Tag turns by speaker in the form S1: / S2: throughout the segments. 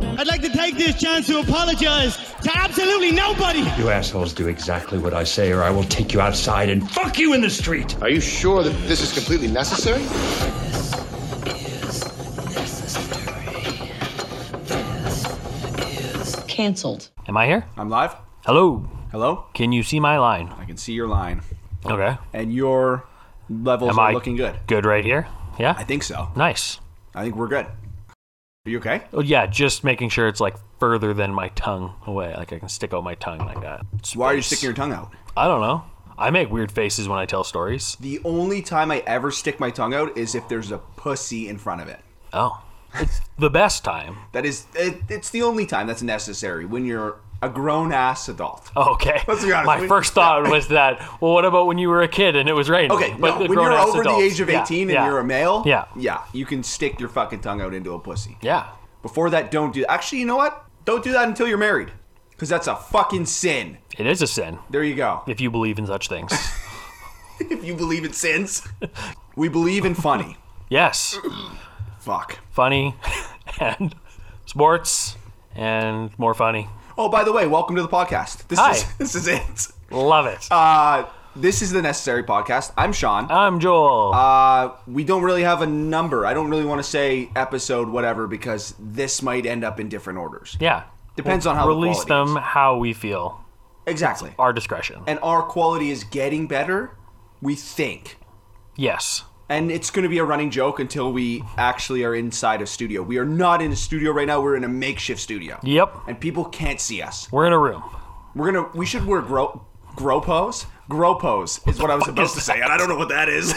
S1: I'd like to take this chance to apologize to absolutely nobody.
S2: You assholes do exactly what I say, or I will take you outside and fuck you in the street.
S3: Are you sure that this is completely necessary?
S4: Cancelled.
S5: Am I here?
S6: I'm live.
S5: Hello.
S6: Hello.
S5: Can you see my line?
S6: I can see your line,
S5: Okay.
S6: and your levels
S5: Am
S6: are
S5: I
S6: looking good.
S5: Good right here. Yeah.
S6: I think so.
S5: nice.
S6: I think we're good. Are you okay?
S5: Oh, yeah, just making sure it's like further than my tongue away. Like I can stick out my tongue like that.
S6: Why are you
S5: Space.
S6: sticking your tongue out?
S5: I don't know. I make weird faces when I tell stories.
S6: The only time I ever stick my tongue out is if there's a pussy in front of it.
S5: Oh, it's the best time.
S6: That is, it, it's the only time that's necessary when you're a grown ass adult.
S5: Oh, okay.
S6: Let's be honest,
S5: my
S6: we-
S5: first thought was that. Well, what about when you were a kid and it was raining?
S6: Okay, no, when you're
S5: grown-ass
S6: over
S5: adults-
S6: the age of
S5: yeah,
S6: 18
S5: yeah,
S6: and you're a male,
S5: Yeah.
S6: yeah, you can stick your fucking tongue out into a pussy.
S5: Yeah.
S6: Before that, don't do. Actually, you know what? Don't do that until you're married, because that's a fucking sin.
S5: It is a sin
S6: There you go.
S5: if you believe in such things.
S6: If you believe in sins, we believe in funny.
S5: yes.
S6: Fuck.
S5: Funny and sports and more funny.
S6: Oh, by the way, welcome to the podcast. This
S5: Hi.
S6: is this is it.
S5: Love it.
S6: Uh, this is the necessary podcast. I'm Sean.
S5: I'm Joel.
S6: Uh, we don't really have a number. I don't really want to say episode whatever because this might end up in different orders.
S5: yeah.
S6: depends on how the
S5: release
S6: quality
S5: them how we feel.
S6: Exactly.
S5: Our discretion.
S6: And our quality is getting better, we think.
S5: yes.
S6: And it's going to be a running joke until we actually are inside a studio. We are not in a studio right now. We're in a makeshift studio.
S5: Yep.
S6: And people can't see us.
S5: We're in a room.
S6: We're gonna. We should wear gro gropos. Gropos is what I was about to say, and I don't know what that is.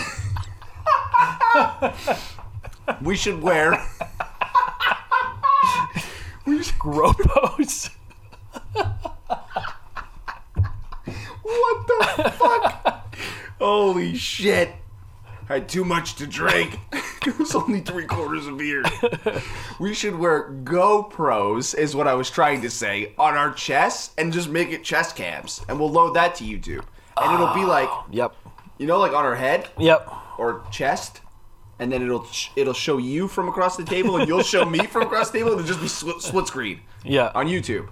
S6: we should wear.
S5: Gropos.
S6: What the fuck? Holy shit! I had too much to drink. it was only three quarters of beer. we should wear GoPros, is what I was trying to say, on our chests and just make it chest cams, and we'll load that to YouTube, and it'll be like,
S5: yep.
S6: you know, like on our head.
S5: Yep.
S6: or chest, and then it'll it'll show you from across the table, and you'll show me from across the table. It'll just be split, split screen
S5: Yeah.
S6: on YouTube.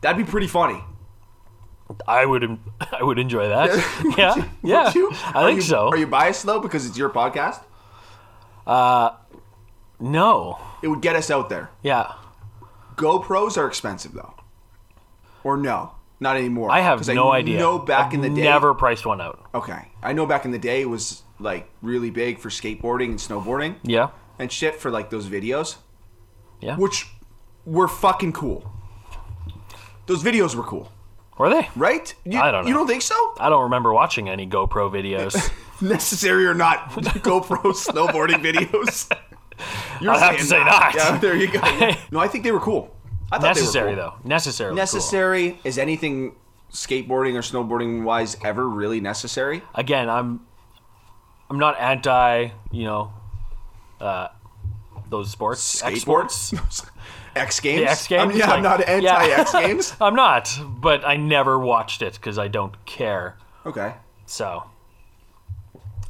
S6: That'd be pretty funny.
S5: I would I would enjoy that. yeah. yeah.
S6: Would you?
S5: I
S6: Are
S5: think
S6: you-
S5: so.
S6: Are you biased though because it's your podcast?
S5: no.
S6: It would get us out there.
S5: Yeah.
S6: GoPros are expensive though, or no, not anymore.
S5: I have
S6: 'Cause
S5: no idea.
S6: No, back
S5: I've
S6: in the day,
S5: Never priced one out.
S6: Okay, I know back in the day it was like really big for skateboarding and snowboarding
S5: Yeah.
S6: and shit for like those videos.
S5: Yeah.
S6: which were fucking cool. Those videos were cool,
S5: Were they?
S6: right? You,
S5: I don't
S6: You
S5: know.
S6: don't think so?
S5: I don't remember watching any GoPro videos.
S6: Necessary or not, GoPro snowboarding videos. You're
S5: I'd have to say
S6: saying
S5: not.
S6: Yeah, there you go. no, I think they were cool. I thought
S5: Necessary
S6: they were cool.
S5: though. Necessary.
S6: Necessary is anything skateboarding or snowboarding wise ever really necessary?
S5: Again, I'm I'm not anti, you know, uh those sports. X sports.
S6: X Games.
S5: The X
S6: I'm-
S5: Games?
S6: yeah, I'm
S5: Like-
S6: not anti X
S5: yeah.
S6: Games.
S5: I'm not, but I never watched it because I don't care.
S6: Okay.
S5: So,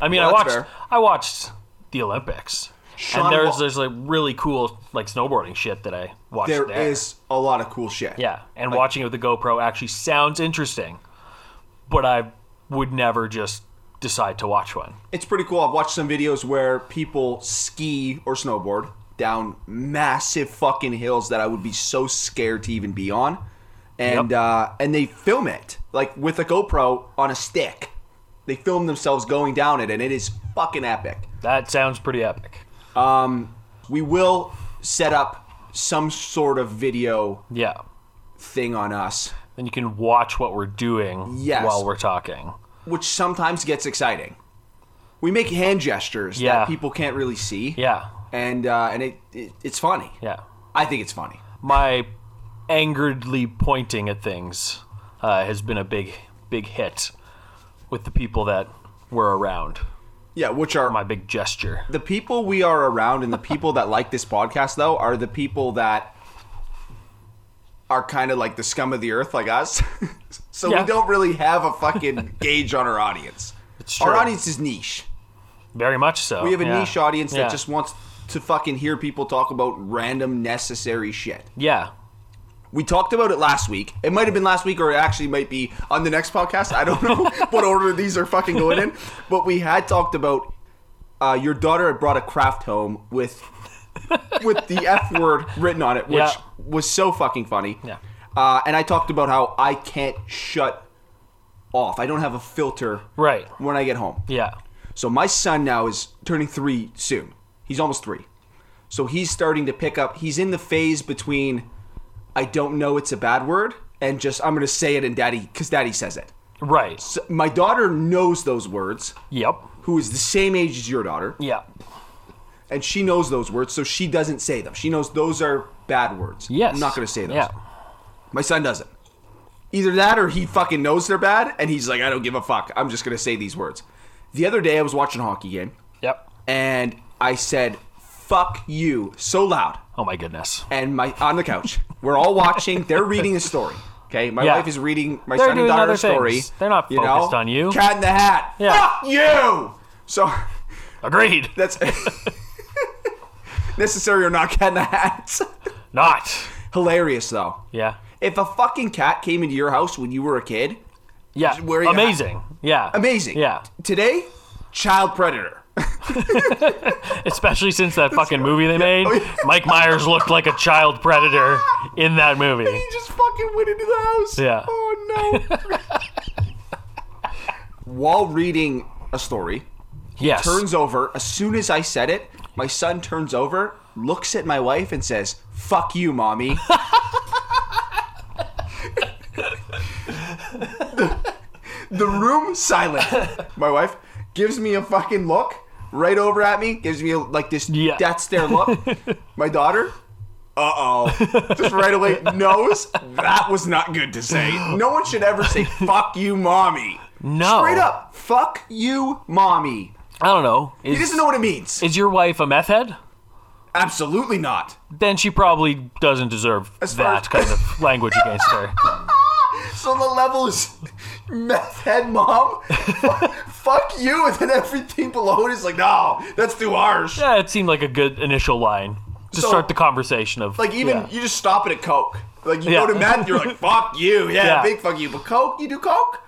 S5: I mean,
S6: Well,
S5: I
S6: that's
S5: watched
S6: fair.
S5: I watched the Olympics,
S6: Sean
S5: and there's
S6: Wa-
S5: there's like really cool like snowboarding shit that I watched there.
S6: There is a lot of cool shit.
S5: yeah, and watching it with the GoPro actually sounds interesting, but I would never just decide to watch one.
S6: it's pretty cool. I've watched some videos where people ski or snowboard down massive fucking hills that I would be so scared to even be on, and
S5: Yep.
S6: uh, and they film it like with a GoPro on a stick. They film themselves going down it, and it is fucking epic.
S5: That sounds pretty epic.
S6: We will set up some sort of video
S5: Yeah,
S6: thing on us,
S5: and you can watch what we're doing
S6: Yes.
S5: while we're talking.
S6: which sometimes gets exciting. We make hand gestures
S5: Yeah.
S6: that people can't really see.
S5: Yeah,
S6: and uh, and it, it it's funny.
S5: yeah.
S6: I think it's funny.
S5: My angeredly pointing at things uh, has been a big big hit with the people that were around.
S6: Yeah, which are
S5: my big gesture.
S6: the people we are around and the people that like this podcast though are the people that are kind of like the scum of the earth like us so
S5: Yeah.
S6: we don't really have a fucking gauge on our audience
S5: It's
S6: our
S5: true.
S6: audience is niche
S5: Very much so.
S6: we have a
S5: yeah.
S6: niche audience
S5: Yeah.
S6: that just wants to fucking hear people talk about random necessary shit.
S5: Yeah.
S6: We talked about it last week. It might have been last week, or it actually might be on the next podcast. I don't know what order these are fucking going in. But we had talked about uh, your daughter had brought a craft home with with the F word written on it, which
S5: Yeah.
S6: was so fucking funny.
S5: Yeah.
S6: Uh, and I talked about how I can't shut off. I don't have a filter
S5: Right.
S6: when I get home.
S5: Yeah.
S6: So my son now is turning three soon. He's almost three. So he's starting to pick up. He's in the phase between I don't know it's a bad word and just I'm going to say it and daddy because daddy says it.
S5: Right.
S6: So my daughter knows those words,
S5: Yep.
S6: who is the same age as your daughter,
S5: Yeah.
S6: and she knows those words, so she doesn't say them. She knows those are bad words.
S5: Yes.
S6: I'm not going to say those.
S5: Yeah.
S6: My son doesn't. Either that or he fucking knows they're bad and he's like, I don't give a fuck. I'm just going to say these words. The other day I was watching a hockey game
S5: Yep.
S6: and I said "fuck you" so loud,
S5: Oh my goodness.
S6: and my on the couch. We're all watching. They're reading a story. Okay, my
S5: Yeah.
S6: wife is reading my
S5: They're
S6: son and
S5: doing
S6: daughter
S5: other
S6: a story.
S5: things. They're not focused on you.
S6: Cat in the Hat.
S5: Yeah.
S6: Fuck you. So
S5: Agreed.
S6: that's necessary or not. Cat in the Hat.
S5: Not.
S6: Hilarious though.
S5: Yeah.
S6: If a fucking cat came into your house when you were a kid,
S5: Yeah.
S6: Where you at?
S5: Amazing. Yeah.
S6: amazing.
S5: Yeah.
S6: Today, child predator.
S5: Especially since that fucking movie they made,
S6: Oh,
S5: Mike Myers looked like a child predator in that movie.
S6: He just fucking went into the house.
S5: Yeah.
S6: Oh no. While reading a story,
S5: Yes.
S6: turns over. As soon as I said it, my son turns over, looks at my wife, and says, "Fuck you, mommy." the, the room silent. My wife gives me a fucking look right over at me. Gives me like this
S5: Yeah.
S6: death stare look. my daughter. Uh oh. Just right away knows that was not good to say. No one should ever say, fuck you, mommy.
S5: no.
S6: Straight up, fuck you, mommy.
S5: I don't know. Is,
S6: He doesn't know what it means.
S5: is your wife a meth head?
S6: Absolutely not.
S5: Then she probably doesn't deserve
S6: As far
S5: that
S6: as-
S5: kind of language against her.
S6: So the level is meth head mom. Fu- Fuck you, and then everything below it is like, no, that's too harsh.
S5: Yeah, it seemed like a good initial line to
S6: So-
S5: start the conversation of
S6: Like even
S5: yeah.
S6: you just stop it at coke. Like you
S5: Yeah.
S6: go to meth, you're like, fuck you, yeah,
S5: Yeah.
S6: big fuck you. But coke, you do coke.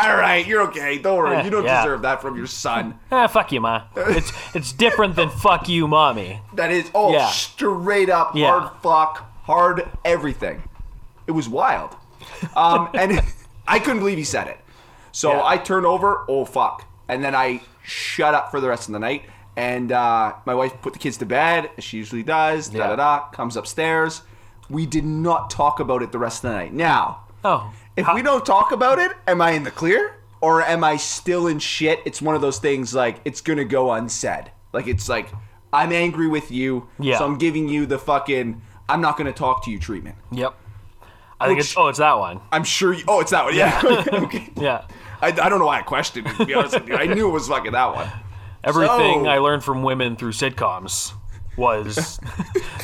S6: All right, you're okay. Don't worry,
S5: Yeah,
S6: you don't
S5: yeah.
S6: deserve that from your son.
S5: ah, fuck you, ma. It's it's different than fuck you, mommy.
S6: That is all
S5: Yeah.
S6: straight up
S5: Yeah.
S6: hard fuck, hard everything. It was wild. Um, and I couldn't believe he said it. So
S5: Yeah.
S6: I turn over, oh fuck. And then I shut up for the rest of the night. And uh, my wife put the kids to bed, as she usually does, da da
S5: Yeah.
S6: da, comes upstairs. We did not talk about it the rest of the night. Now,
S5: Oh,
S6: if
S5: how-
S6: we don't talk about it, am I in the clear? Or am I still in shit? It's one of those things like it's gonna go unsaid. Like it's like I'm angry with you,
S5: Yeah.
S6: so I'm giving you the fucking I'm not gonna talk to you treatment.
S5: Yep. I think it's oh, it's that one.
S6: I'm sure you Oh, it's that one. Yeah. okay.
S5: Yeah.
S6: I, I don't know why I questioned it, to be honest with you. I knew it was fucking that one.
S5: Everything
S6: So-
S5: I learned from women through sitcoms was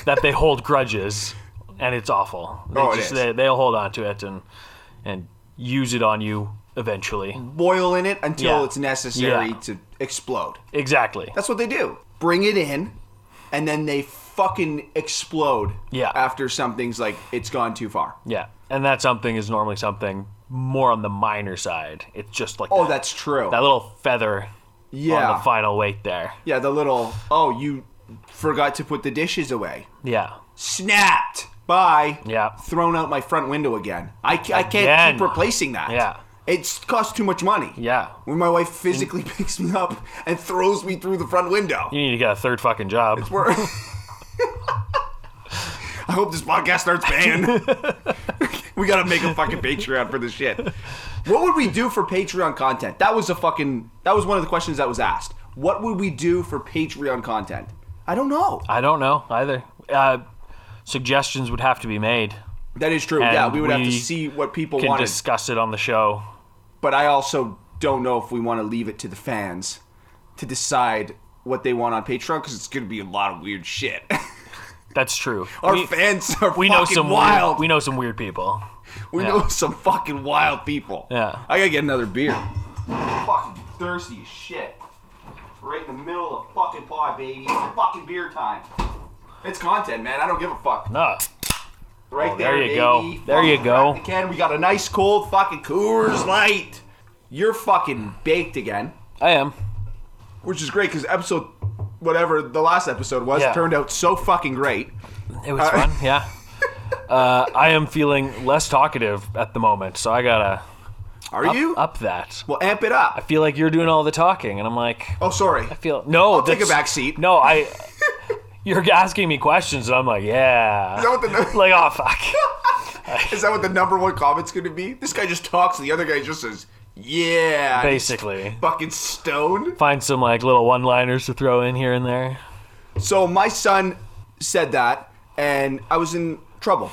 S5: that they hold grudges, and it's awful. They
S6: Oh, it is.
S5: They, they'll hold on to it and and use it on you eventually.
S6: Boil in it until
S5: Yeah.
S6: it's necessary
S5: Yeah.
S6: to explode.
S5: Exactly.
S6: That's what they do. Bring it in, and then they fucking explode
S5: Yeah.
S6: after something's like it's gone too far.
S5: Yeah, and that something is normally something more on the minor side. It's just like
S6: Oh,
S5: that,
S6: that's true.
S5: that little feather
S6: yeah.
S5: on the final weight there.
S6: Yeah, the little oh, you forgot to put the dishes away.
S5: Yeah,
S6: Snapped. Bye.
S5: Yeah.
S6: Thrown out my front window again. I, ca- I can't
S5: Again.
S6: keep replacing that.
S5: Yeah.
S6: It's cost too much money.
S5: yeah.
S6: When my wife physically picks me up and throws me through the front window.
S5: You need to get a third fucking job.
S6: We're- I hope this podcast starts paying. we gotta make a fucking Patreon for this shit. What would we do for Patreon content? That was a fucking. That was one of the questions that was asked. What would we do for Patreon content? I don't know.
S5: I don't know either. Uh, suggestions would have to be made.
S6: That is true. Yeah,
S5: And
S6: we would have to
S5: we
S6: see what people
S5: Can
S6: wanted.
S5: discuss it on the show.
S6: but I also don't know if we want to leave it to the fans to decide what they want on Patreon because it's gonna be a lot of weird shit.
S5: That's true.
S6: Our
S5: we,
S6: fans are
S5: we
S6: fucking
S5: know some
S6: wild.
S5: Weird, we know some weird people.
S6: We
S5: Yeah.
S6: know some fucking wild people.
S5: Yeah.
S6: I gotta get another beer. Fucking thirsty as shit.
S4: Right in the middle of fucking pod, baby. It's fucking beer time.
S6: It's content, man. I don't give a fuck.
S5: Nah.
S6: Right
S5: Oh, there
S6: there,
S5: you go. There you go.
S6: Again, we got a nice cold fucking Coors Light. You're fucking baked again,
S5: I am.
S6: which is great because episode, whatever the last episode was,
S5: Yeah.
S6: turned out so fucking great.
S5: It was fun. Yeah. Uh, I am feeling less talkative at the moment, so I gotta
S6: Are
S5: up,
S6: you?
S5: up that.
S6: Well, amp it up.
S5: I feel like you're doing all the talking, and I'm like,
S6: oh, sorry.
S5: I feel no.
S6: take a
S5: that's-
S6: back seat.
S5: No, I. You're asking me questions, and I'm like, yeah.
S6: Is that, what the,
S5: like, oh fuck.
S6: is that what the number one comment's going to be? This guy just talks, and the other guy just says, "Yeah." and he's
S5: Basically,
S6: Fucking stoned.
S5: find some like little one-liners to throw in here and there.
S6: So my son said that, and I was in trouble,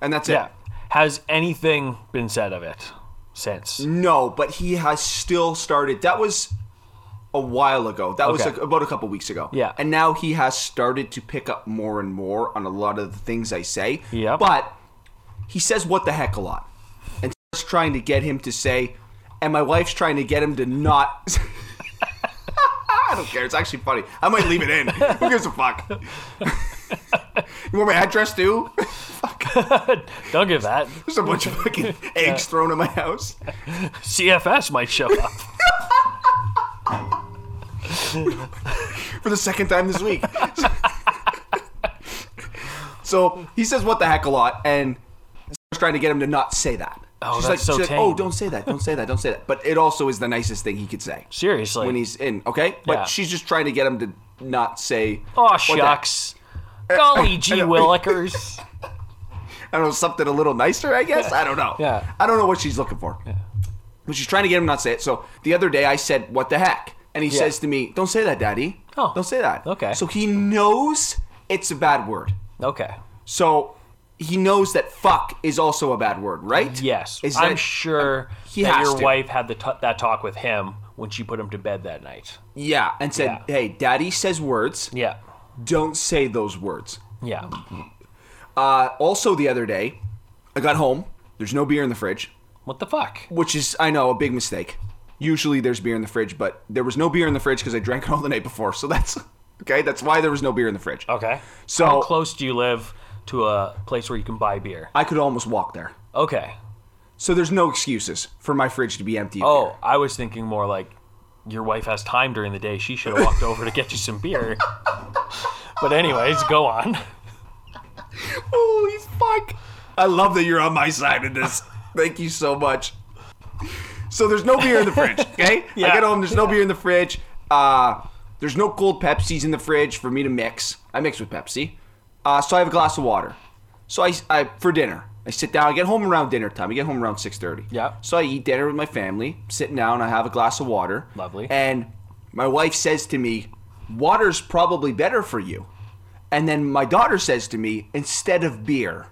S6: and that's
S5: Yeah.
S6: it.
S5: Has anything been said of it since?
S6: No, but he has still started. That was a while ago. That was
S5: Okay.
S6: like about a couple weeks ago.
S5: Yeah.
S6: And now he has started to pick up more and more on a lot of the things I say.
S5: Yep.
S6: But he says what the heck a lot. And starts trying to get him to say, and my wife's trying to get him to not. I don't care. It's actually funny. I might leave it in. Who gives a fuck? you want my address too?
S5: Don't give that.
S6: There's a bunch of fucking eggs thrown in my house.
S5: CFS might show up.
S6: for the second time this week. so he says "what the heck" a lot, and starts trying to get him to not say that.
S5: Oh,
S6: she's
S5: that's
S6: like,
S5: so
S6: she's like, "Oh,
S5: tame."
S6: don't say that, don't say that, don't say that." But it also is the nicest thing he could say
S5: Seriously.
S6: when he's in. Okay, but
S5: Yeah.
S6: she's just trying to get him to not say.
S5: oh
S6: "What the-"
S5: shucks. Golly gee willikers.
S6: I don't know something a little nicer, I guess. I don't know.
S5: Yeah.
S6: I don't know what she's looking for. But she's trying to get him to not say it. So the other day I said, "What the heck?" And he
S5: Yeah.
S6: says to me, "Don't say that, Daddy.
S5: Oh.
S6: Don't say that."
S5: Okay.
S6: So he knows it's a bad word.
S5: Okay.
S6: So he knows that fuck is also a bad word, right?
S5: Yes.
S6: Is
S5: I'm
S6: that-
S5: sure
S6: He
S5: that
S6: has
S5: your
S6: to.
S5: wife had the t- that talk with him when she put him to bed that night.
S6: Yeah, and said,
S5: Yeah.
S6: "Hey, daddy says words.
S5: Yeah.
S6: Don't say those words."
S5: Yeah.
S6: Uh, also the other day, I got home. There's no beer in the fridge,
S5: What the fuck?
S6: which is I know a big mistake. Usually there's beer in the fridge, but there was no beer in the fridge because I drank it all the night before. So that's okay. That's why there was no beer in the fridge.
S5: Okay.
S6: So-
S5: how close do you live to a place where you can buy beer?
S6: I could almost walk there.
S5: Okay.
S6: So there's no excuses for my fridge to be empty. of
S5: Oh,
S6: beer.
S5: I was thinking more like your wife has time during the day. She should have walked over to get you some beer. But anyways, go on.
S6: Holy fuck. I love that you're on my side in this. Thank you so much. So there's no beer in the fridge, okay? I get home, there's no beer in the fridge. Uh, there's no cold Pepsis in the fridge for me to mix. I mix with Pepsi. Uh, so I have a glass of water. So I, I for dinner, I sit down. I get home around dinner time. I get home around 6:30.
S5: Yeah.
S6: So I eat dinner with my family, sitting down. I have a glass of water.
S5: Lovely.
S6: And my wife says to me, "Water's probably better for you." And then my daughter says to me, instead of beer.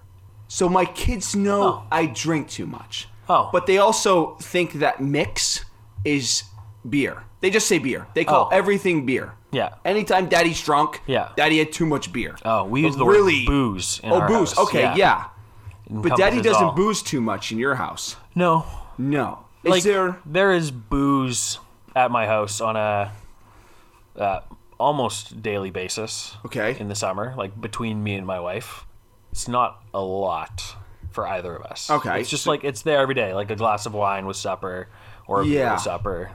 S6: So my kids know
S5: Oh.
S6: I drink too much.
S5: Oh.
S6: But they also think that mix is beer. They just say beer. They call
S5: Oh.
S6: everything beer.
S5: Yeah.
S6: Anytime daddy's drunk,
S5: Yeah.
S6: daddy had too much beer.
S5: Oh, we
S6: But
S5: use the word booze. In
S6: oh,
S5: our
S6: booze.
S5: house.
S6: Okay, yeah. But daddy
S5: encompasses
S6: doesn't
S5: all.
S6: booze too much in your house.
S5: No.
S6: No. Is
S5: Like
S6: there
S5: there is booze at my house on a uh, almost daily basis.
S6: Okay.
S5: In the summer, like between me and my wife, it's not a lot for either of us.
S6: Okay.
S5: It's just like it's there every day, like a glass of wine with supper or a beer
S6: Yeah.
S5: with supper,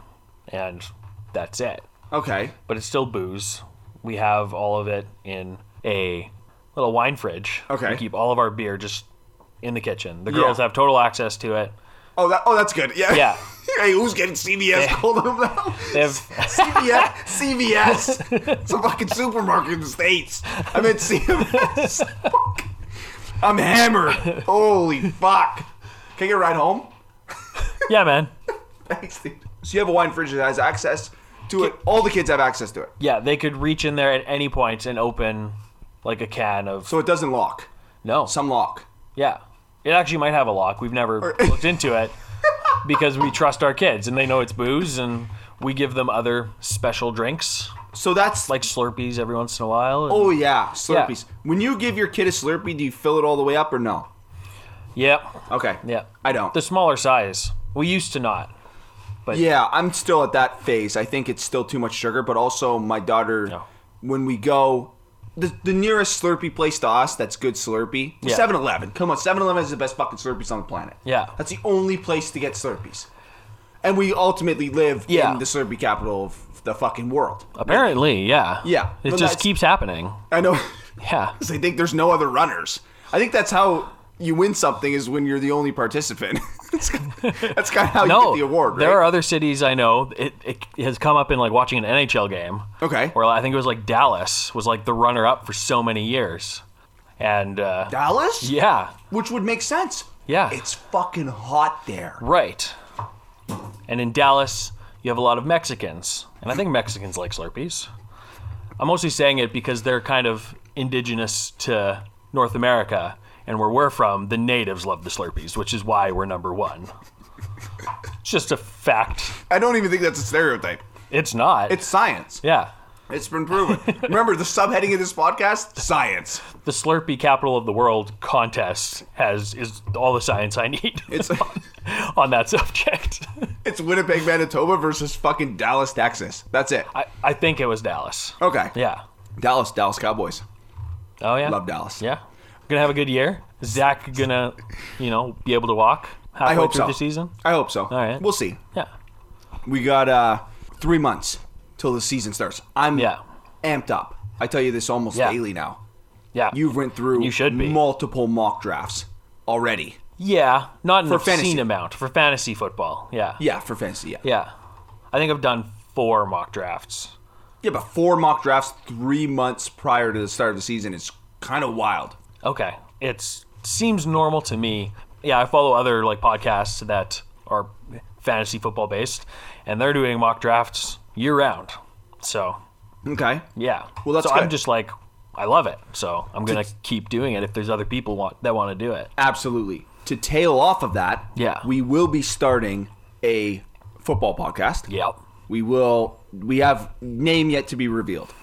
S5: and that's it.
S6: Okay.
S5: But it's still booze. We have all of it in a little wine fridge.
S6: Okay.
S5: We keep all of our beer just in the kitchen. The girls have total access to it.
S6: Oh that oh that's good. Yeah.
S5: Yeah.
S6: hey, who's getting CVS cold now?
S5: They have
S6: CVS. CVS. It's a fucking supermarket in the States. I'm at CVS. Fuck. I'm hammered. Holy fuck. Can I get a ride home?
S5: yeah, man.
S6: Thanks, dude. So you have a wine fridge that has access to it. All the kids have access to it.
S5: Yeah, they could reach in there at any point and open like a can of
S6: So it doesn't lock.
S5: no.
S6: Some lock.
S5: yeah, it actually might have a lock. We've never looked into it because we trust our kids and they know it's booze and we give them other special drinks
S6: So that's
S5: like
S6: like
S5: Slurpees every once in a while. and-
S6: Oh yeah, Slurpees. When you give your kid a Slurpee, do you fill it all the way up or no?
S5: Yep.
S6: Okay.
S5: Yeah.
S6: I don't.
S5: The smaller size. We used to not. But
S6: Yeah, I'm still at that phase. I think it's still too much sugar, but also my daughter,
S5: No.
S6: when we go, the, the nearest Slurpee place to us that's good Slurpee,
S5: Yeah.
S6: 7 Eleven. Come on, 7 Eleven has the best fucking Slurpees on the planet.
S5: Yeah.
S6: That's the only place to get Slurpees. And we ultimately live
S5: Yeah.
S6: in the Slurpee capital of the fucking world.
S5: apparently, yeah.
S6: Yeah,
S5: It
S6: but
S5: just
S6: that's-
S5: keeps happening.
S6: I know.
S5: Yeah.
S6: 'Cause I think there's no other runners. I think that's how you win something is when you're the only participant. that's kind of how you
S5: No,
S6: get the award, right?
S5: there are other cities I know. It, it has come up in like watching an NHL game.
S6: Okay.
S5: Where I think it was like Dallas was like the runner up for so many years. And uh,
S6: Dallas?
S5: yeah,
S6: Which would make sense.
S5: Yeah.
S6: It's fucking hot there.
S5: right. And in Dallas, you have a lot of Mexicans. And I think Mexicans like Slurpees. I'm mostly saying it because they're kind of indigenous to North America. And where we're from, the natives love the Slurpees, which is why we're number one. It's just a fact.
S6: I don't even think that's a stereotype.
S5: It's not.
S6: It's science.
S5: yeah.
S6: It's been proven. Remember the subheading of this podcast? Science.
S5: the Slurpee Capital of the World contest has is all the science I need
S6: It's
S5: on that subject.
S6: it's Winnipeg, Manitoba versus fucking Dallas, Texas. That's it.
S5: I, I think it was Dallas.
S6: Okay.
S5: Yeah.
S6: Dallas, Dallas Cowboys.
S5: Oh yeah.
S6: Love Dallas.
S5: Yeah. Gonna have a good year. Zach gonna, you know, be able to walk halfway
S6: I hope
S5: through
S6: so.
S5: the season.
S6: I hope so. All
S5: right.
S6: We'll see.
S5: Yeah.
S6: We got uh three months till the season starts. I'm
S5: Yeah.
S6: amped up. I tell you this almost
S5: Yeah.
S6: daily now.
S5: Yeah.
S6: You've went through
S5: You should be.
S6: multiple mock drafts already.
S5: yeah. Not an
S6: For
S5: obscene
S6: fantasy.
S5: amount for fantasy football. Yeah.
S6: Yeah, for fantasy. Yeah.
S5: Yeah. I think I've done four mock drafts.
S6: Yeah, but four mock drafts three months prior to the start of the season is kind of wild.
S5: Okay. It seems normal to me. Yeah, I follow other like podcasts that are fantasy football based, and they're doing mock drafts year round. So
S6: Okay.
S5: yeah.
S6: Well, that's
S5: so I'm
S6: good.
S5: just like, I love it. So I'm gonna keep doing it if there's other people want that want to do it.
S6: Absolutely. To tail off of that,
S5: Yeah.
S6: we will be starting a football podcast.
S5: Yep.
S6: We will. We have name yet to be revealed.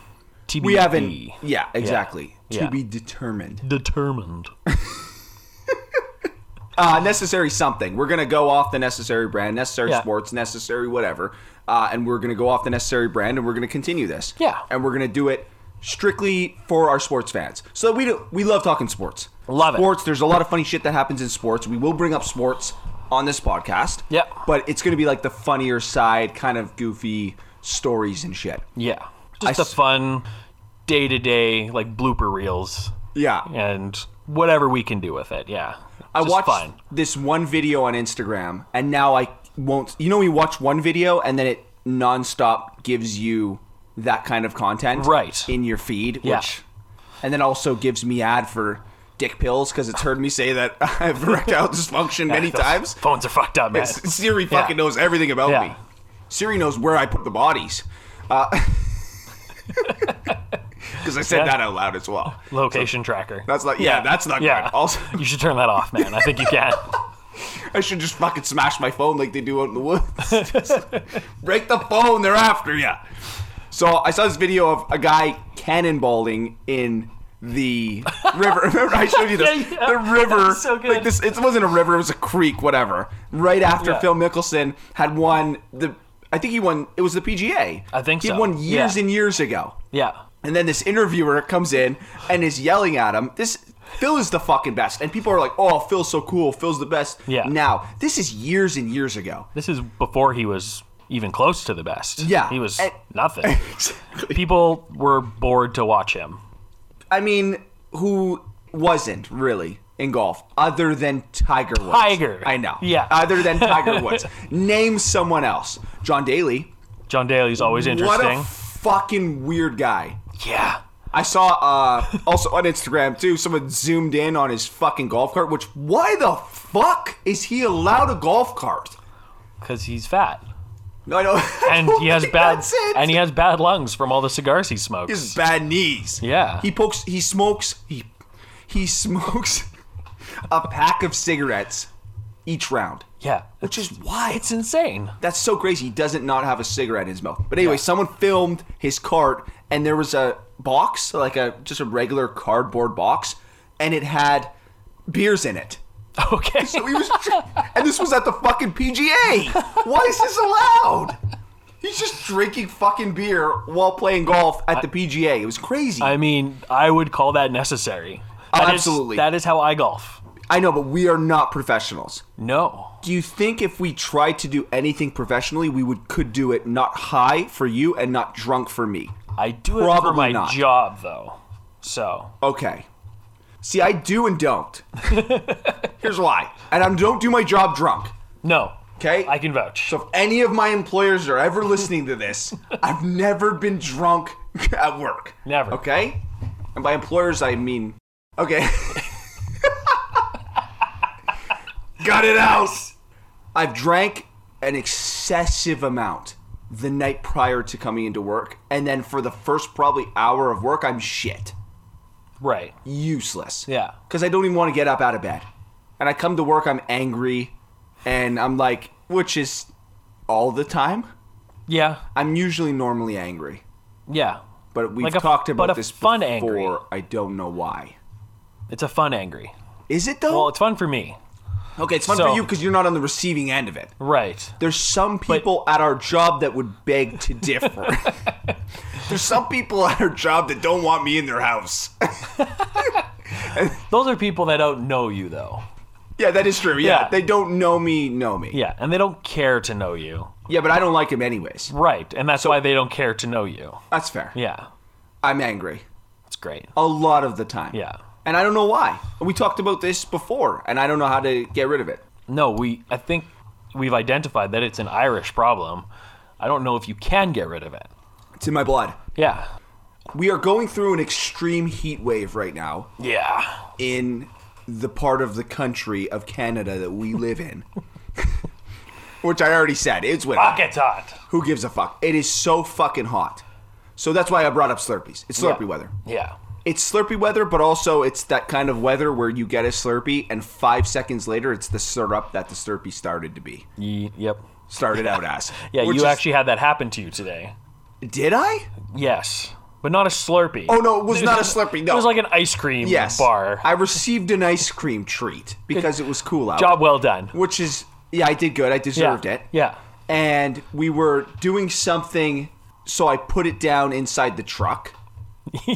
S5: TBD.
S6: We haven't. Yeah, exactly.
S5: Yeah.
S6: To be determined.
S5: determined.
S6: Uh, necessary something. We're gonna go off the necessary brand, necessary
S5: Oh. Yeah.
S6: sports, necessary whatever, uh, and we're gonna go off the necessary brand, and we're gonna continue this.
S5: Yeah.
S6: And we're gonna do it strictly for our sports fans. So we do, we love talking sports.
S5: Love it.
S6: sports. There's a lot of funny shit that happens in sports. We will bring up sports on this podcast.
S5: Yeah.
S6: But it's gonna be like the funnier side, kind of goofy stories and shit.
S5: Yeah. Just
S6: I
S5: the
S6: s-
S5: fun day to day like blooper reels
S6: Yeah.
S5: and whatever we can do with it. Yeah.
S6: I
S5: Just
S6: watched
S5: fun.
S6: this one video on Instagram, and now I won't. You know, we watch one video, and then it nonstop gives you that kind of content,
S5: Right.
S6: in your feed.
S5: Yeah.
S6: Which, and then also gives me ad for dick pills because it's heard me say that I have erectile dysfunction many
S5: Those
S6: times.
S5: Phones are fucked up, man.
S6: S- Siri fucking knows everything about
S5: Yeah.
S6: me. Siri knows where I put the bodies. Because I said
S5: Yeah.
S6: that out loud as well.
S5: Location tracker.
S6: That's not. Yeah, that's not
S5: yeah.
S6: good. Also,
S5: you should turn that off, man. I think you can.
S6: I should just fucking smash my phone like they do out in the woods. Just break the phone, they're after you. So I saw this video of a guy cannonballing in the river. Remember, I showed you this.
S5: Yeah, yeah.
S6: The river.
S5: was so good.
S6: Like this, it wasn't a river, it was a creek, whatever. Right after
S5: Yeah.
S6: Phil Mickelson had won the. I think he won. It was the PGA.
S5: I think
S6: he
S5: so.
S6: He won years
S5: Yeah.
S6: and years ago.
S5: yeah.
S6: And then this interviewer comes in and is yelling at him. This Phil is the fucking best. And people are like, "Oh, Phil's so cool. Phil's the best."
S5: Yeah.
S6: Now, this is years and years ago.
S5: This is before he was even close to the best.
S6: Yeah.
S5: He was
S6: And-
S5: nothing. People were bored to watch him.
S6: I mean, who wasn't really in golf other than Tiger Woods?
S5: Tiger.
S6: I know.
S5: Yeah.
S6: Other than Tiger Woods. Name someone else. John Daly.
S5: John Daly's always interesting.
S6: What a fucking weird guy.
S5: yeah.
S6: I saw uh, also on Instagram too. Someone zoomed in on his fucking golf cart. Which why the fuck is he allowed a golf cart?
S5: Because he's fat.
S6: No, I know.
S5: And he has bad
S6: That's it.
S5: and he has bad lungs from all the cigars he smokes.
S6: His bad knees.
S5: Yeah.
S6: He pokes. He smokes. He he smokes a pack of cigarettes each round,
S5: yeah.
S6: which is why
S5: It's insane.
S6: that's so crazy. He doesn't not have a cigarette in his mouth. But anyway, someone filmed his cart, and there was a box, like a just a regular cardboard box, and it had beers in it.
S5: Okay.
S6: So he was, dr- and this was at the fucking PGA. Why is this allowed? He's just drinking fucking beer while playing golf at the PGA. It was crazy.
S5: I mean, I would call that necessary. That is-
S6: absolutely.
S5: that is how I golf.
S6: I know, but we are not professionals.
S5: No.
S6: Do you think if we tried to do anything professionally, we would could do it not high for you and not drunk for me?
S5: I do it for
S6: Probably
S5: my
S6: not.
S5: job, though. So,
S6: Okay. See, I do and don't. Here's why. And I don't do my job drunk.
S5: no.
S6: Okay?
S5: I can vouch.
S6: So if any of my employers are ever listening to this, I've never been drunk at work.
S5: Never.
S6: Okay? And by employers, I mean. Okay. Got it out! I've drank an excessive amount the night prior to coming into work, and then for the first probably hour of work, I'm shit.
S5: Right.
S6: Useless.
S5: Yeah.
S6: Because I don't even want to get up out of bed. And I come to work, I'm angry, and I'm like, which is all the time.
S5: Yeah.
S6: I'm usually normally angry,
S5: Yeah.
S6: but we've
S5: Like a-
S6: talked
S5: but
S6: about
S5: a
S6: this
S5: fun
S6: before.
S5: angry.
S6: I don't know why.
S5: It's a fun angry.
S6: Is it though?
S5: Well, it's fun for me.
S6: okay, it's fun
S5: so-
S6: for you because you're not on the receiving end of it.
S5: Right.
S6: There's some people at our job that would beg to differ. There's some people at our job that don't want me in their house.
S5: Those are people that don't know you, though.
S6: yeah, that is true. Yeah,
S5: Yeah.
S6: they don't know me, know me.
S5: Yeah. And they don't care to know you.
S6: yeah, but I don't like him anyways.
S5: Right. And that's why they don't care to know you.
S6: That's fair.
S5: Yeah.
S6: I'm angry
S5: It's great.
S6: a lot of the time.
S5: Yeah.
S6: and I don't know why. We talked about this before, and I don't know how to get rid of it.
S5: No, we. I think we've identified that it's an Irish problem. I don't know if you can get rid of it.
S6: It's in my blood.
S5: Yeah.
S6: We are going through an extreme heat wave right now
S5: Yeah.
S6: in the part of the country of Canada that we live in. Which I already said, it's winter.
S5: Fuck, it's hot.
S6: Who gives a fuck? It is so fucking hot. So that's why I brought up Slurpees. It's Slurpee
S5: Yeah.
S6: weather.
S5: Yeah.
S6: It's Slurpee weather, but also it's that kind of weather where you get a Slurpee and five seconds later it's the syrup that the Slurpee started to be.
S5: Ye- yep.
S6: Started out as.
S5: Yeah,
S6: Which
S5: you
S6: is-
S5: actually had that happen to you today.
S6: Did I?
S5: Yes, but not a Slurpee.
S6: Oh, no, it was not a Slurpee, no.
S5: it was like an ice cream
S6: Yes.
S5: bar.
S6: I received an ice cream treat because it was cool out.
S5: Job well done.
S6: which is yeah, I did good. I
S5: yeah.
S6: deserved it.
S5: Yeah.
S6: And we were doing something, so I put it down inside the truck